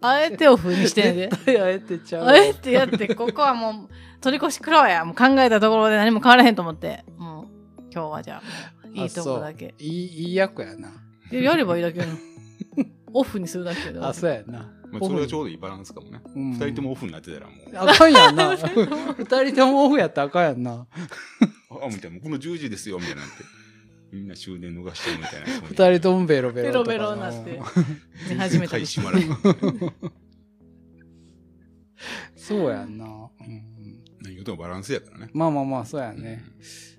[SPEAKER 1] あえてオフにしてんで。
[SPEAKER 2] 絶対 あえてちゃうわ。
[SPEAKER 1] あえてや って、ここはもう、取り越し苦労や。もう考えたところで何も変わらへんと思って。もう、今日はじゃあ、いいとこだけ
[SPEAKER 2] あ。そういい、いい役やな。
[SPEAKER 1] でやればいいだけやの。 オフにするだけやで。
[SPEAKER 2] あ、そうやな。
[SPEAKER 3] まあそれがちょうどいいバランスかもね。
[SPEAKER 2] うん
[SPEAKER 3] 二人ともオフになってたらもう、
[SPEAKER 2] あかんやんな。 二人ともオフやったらあかんやんな。
[SPEAKER 3] あ、みたいな、この10時ですよ、みたいなって。みんな終電逃してるみたいな。
[SPEAKER 2] 二人ともベロベ
[SPEAKER 1] ベロ
[SPEAKER 2] ロとか。
[SPEAKER 1] ベロになって。寝
[SPEAKER 3] 全
[SPEAKER 1] 始
[SPEAKER 3] 然
[SPEAKER 1] めた
[SPEAKER 3] 開
[SPEAKER 1] り
[SPEAKER 3] 始
[SPEAKER 1] し
[SPEAKER 3] まらん。
[SPEAKER 2] そうやんな。うんうん。
[SPEAKER 3] 何事もバランスやからね。
[SPEAKER 2] まあまあまあ、そうやね。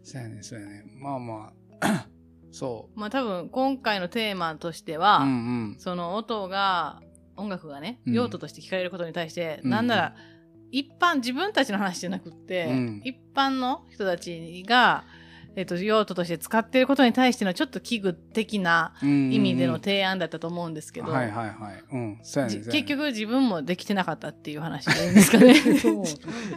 [SPEAKER 2] そうやね、そうやね。まあま あ。そ
[SPEAKER 1] まあ多分、今回のテーマとして
[SPEAKER 2] う。
[SPEAKER 1] は、
[SPEAKER 2] うんうん。
[SPEAKER 1] その音が、音楽がね、
[SPEAKER 2] うん
[SPEAKER 1] 用途として聞かれることに対して、
[SPEAKER 2] うん
[SPEAKER 1] なんなら、一般、自分たちの話じゃなくって、
[SPEAKER 2] うん
[SPEAKER 1] 一般の人たちが、えっと、用途として使っていることに対してのちょっと危惧的な
[SPEAKER 2] 意
[SPEAKER 1] 意味での提案だったと思うんですけど、
[SPEAKER 2] はいはいはい。うん。そうやね。
[SPEAKER 1] じ
[SPEAKER 2] そうやね
[SPEAKER 1] 結局自分もできてなかったっていう話でいいんですかね。
[SPEAKER 2] そう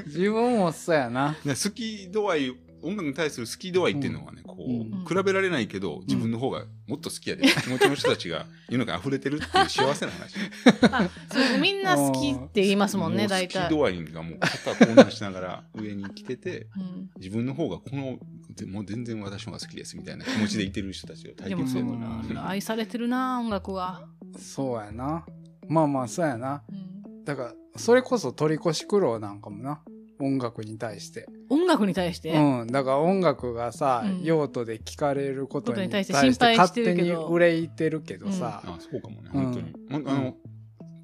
[SPEAKER 2] 自分もそうやな。
[SPEAKER 3] で好き度合い、音楽に対する好き度合いっていうのはね、こ
[SPEAKER 2] うん
[SPEAKER 3] う、比べられないけど、自分の方がもっと好きやで、気持ちの人たちが世の中に溢れてるっていう幸せな話。
[SPEAKER 1] あそうですみんな好きって言いますもんね、
[SPEAKER 3] う
[SPEAKER 1] 大
[SPEAKER 3] ス
[SPEAKER 1] 体
[SPEAKER 3] キー。ドアインがもう肩混乱しながら上に来てて、
[SPEAKER 1] うん
[SPEAKER 3] 自分の方がこの、でもう全然私の方が好きですみたいな気持ちでいてる人たちが対
[SPEAKER 1] でも
[SPEAKER 3] 決
[SPEAKER 1] そ
[SPEAKER 3] や
[SPEAKER 1] う
[SPEAKER 3] か
[SPEAKER 2] でも
[SPEAKER 3] ら。
[SPEAKER 1] 愛されてるな音楽は、
[SPEAKER 2] そうやな。まあまあそうやな。
[SPEAKER 1] うん
[SPEAKER 2] だから、それこそ取り越し苦労なんかもな。音楽に対して。
[SPEAKER 1] 音楽に対して、
[SPEAKER 2] うん。だから音楽がさ、
[SPEAKER 1] うん
[SPEAKER 2] 用途で聞かれること
[SPEAKER 1] こと
[SPEAKER 2] に
[SPEAKER 1] に
[SPEAKER 2] 対
[SPEAKER 1] 対
[SPEAKER 2] し
[SPEAKER 1] してて心配し
[SPEAKER 2] 勝
[SPEAKER 1] て
[SPEAKER 2] 手
[SPEAKER 1] るけど
[SPEAKER 2] に憂いてるけどさ。
[SPEAKER 3] あそうかもね、
[SPEAKER 2] うん
[SPEAKER 3] 本当に。ほんあの、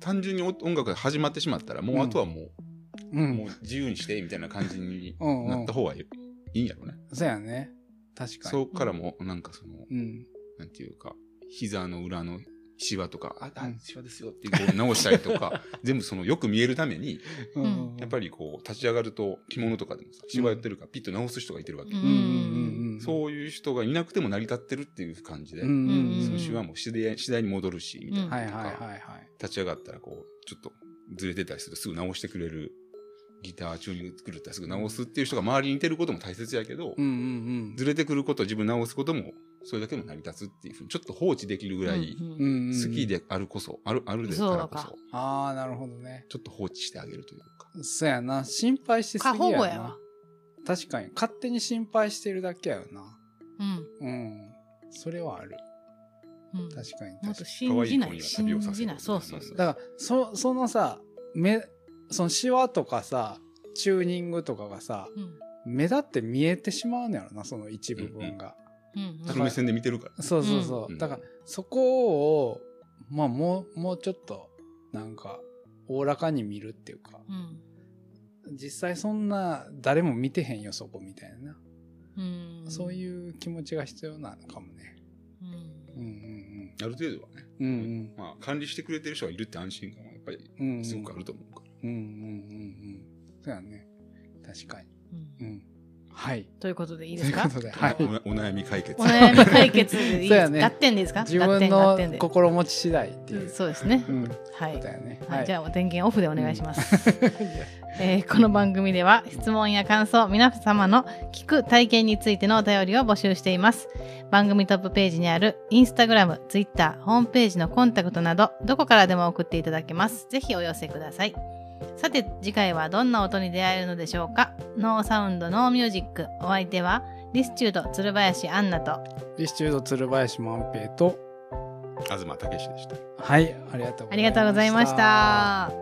[SPEAKER 3] 単純に音楽が始まってしまったら、もうあとはも
[SPEAKER 2] う
[SPEAKER 3] う、も
[SPEAKER 2] ん
[SPEAKER 3] う。自由にしてみたいな感じに
[SPEAKER 2] うんう
[SPEAKER 3] なんった。方がいいんやろね。
[SPEAKER 2] そうやね。確かに。
[SPEAKER 3] そこからも、なんかその、
[SPEAKER 2] うん。
[SPEAKER 3] なんていうか、膝の裏のシワとか、あ、
[SPEAKER 2] う
[SPEAKER 3] あ
[SPEAKER 2] ん
[SPEAKER 3] シワですよっていうこう直したりと か、全部そのよく見えるために、
[SPEAKER 2] うん。
[SPEAKER 1] うん
[SPEAKER 3] やっぱりこう立ち上がると着物とかでもさ、シワ寄ってるからピッと直す人がいてるわけ。
[SPEAKER 1] う
[SPEAKER 2] うんうんうんうん。
[SPEAKER 3] そういう人がいなくても成り立ってるっていう感じで、
[SPEAKER 2] うんうん
[SPEAKER 1] うん
[SPEAKER 3] そ
[SPEAKER 2] うん
[SPEAKER 3] のシワも次第次第に戻るし、みたいな。
[SPEAKER 2] はいはいはいはい。
[SPEAKER 3] 立ち上がったらこう、ちょっとずれてたりするとすぐ直してくれる。ギターチューニング作るってすぐ直すっていう人が周りにいてることも大切やけど、
[SPEAKER 2] うんうん
[SPEAKER 3] ずれてくること自分直すこともそれだけも成り立つっていうふうにちょっと放置できるぐらい、
[SPEAKER 1] うん
[SPEAKER 2] うん。うんうん。
[SPEAKER 3] 好き。であるこそあるあるでからこ
[SPEAKER 1] そう
[SPEAKER 3] そ
[SPEAKER 1] か
[SPEAKER 2] ああ、なるほどね。
[SPEAKER 3] ちょっと放置してあげるというか
[SPEAKER 2] そうやな。心配してす
[SPEAKER 1] 過
[SPEAKER 2] ぎ
[SPEAKER 1] 保
[SPEAKER 2] や
[SPEAKER 1] 護や
[SPEAKER 2] な
[SPEAKER 1] わ。、
[SPEAKER 2] 確かに。勝手に心配してるだけやよな。
[SPEAKER 1] うん
[SPEAKER 2] うん。それはある。
[SPEAKER 1] うん、
[SPEAKER 2] 確かに確かに。
[SPEAKER 1] もっと信じな
[SPEAKER 3] 可愛い
[SPEAKER 1] い
[SPEAKER 3] 子に
[SPEAKER 1] 信
[SPEAKER 3] は旅をさせ
[SPEAKER 1] じ
[SPEAKER 3] る
[SPEAKER 1] ないそうそうそう
[SPEAKER 2] だから、そ、そのさ、目、そのシワとかさ、チューニングとかがさ、
[SPEAKER 1] うん
[SPEAKER 2] 目立って見えてしまうのやろな、その一部分が。
[SPEAKER 1] うんうん
[SPEAKER 3] その目線で見てるから
[SPEAKER 2] そうそうそう。
[SPEAKER 3] うん
[SPEAKER 2] だから、そこを、まあ、もう、もうちょっと、なんか、おおらかに見るっていうか、
[SPEAKER 1] うん。
[SPEAKER 2] 実際そんな誰も見てへんよそこみたいな、
[SPEAKER 1] うん。
[SPEAKER 2] そう
[SPEAKER 1] う。
[SPEAKER 2] いう気持ちが必要なのかもね。
[SPEAKER 1] うん
[SPEAKER 2] う。ん
[SPEAKER 3] ある程度はね、
[SPEAKER 2] うんうん。うん
[SPEAKER 3] まあ、管理してくれてる人がいるって安心感はやっぱり
[SPEAKER 2] うん。うん
[SPEAKER 3] すごくあると思うから。
[SPEAKER 2] うんうんうんうん。そうやね。確かに。
[SPEAKER 1] うん
[SPEAKER 2] うん。はい。
[SPEAKER 1] ということでいい
[SPEAKER 2] と
[SPEAKER 1] で
[SPEAKER 2] い
[SPEAKER 1] す
[SPEAKER 2] うこ
[SPEAKER 1] か
[SPEAKER 2] とで、はい。
[SPEAKER 3] おお悩み解決。
[SPEAKER 1] お悩み解決でいい
[SPEAKER 2] そ
[SPEAKER 1] で
[SPEAKER 2] うや
[SPEAKER 1] す。
[SPEAKER 2] ね
[SPEAKER 1] 合点でいいですか
[SPEAKER 2] 自
[SPEAKER 1] 合
[SPEAKER 2] 分
[SPEAKER 1] 点合
[SPEAKER 2] の
[SPEAKER 1] 点で。。
[SPEAKER 2] 心持ち次第っていううん
[SPEAKER 1] そうですね
[SPEAKER 2] う。ん。こ
[SPEAKER 1] はい
[SPEAKER 2] と。だよね。
[SPEAKER 1] はい、じ
[SPEAKER 2] ゃ
[SPEAKER 1] ゃあ電源オフでお願いします、 えーこの番組では質問や感想皆様の聞く体験についてのお便りを募集しています番組トップページにあるインスタグラム、ツイッター、ホームページのコンタクトなどどこからでも送っていただけますぜひお寄せくださいさて次回はどんな音に出会えるのでしょうかノーサウンドノーミュージックお相手はリスチュード鶴林アンナと
[SPEAKER 2] リスチュード鶴林万平と、
[SPEAKER 3] 東武でした。
[SPEAKER 2] はい、ありがとうございました。
[SPEAKER 1] ありがとうございました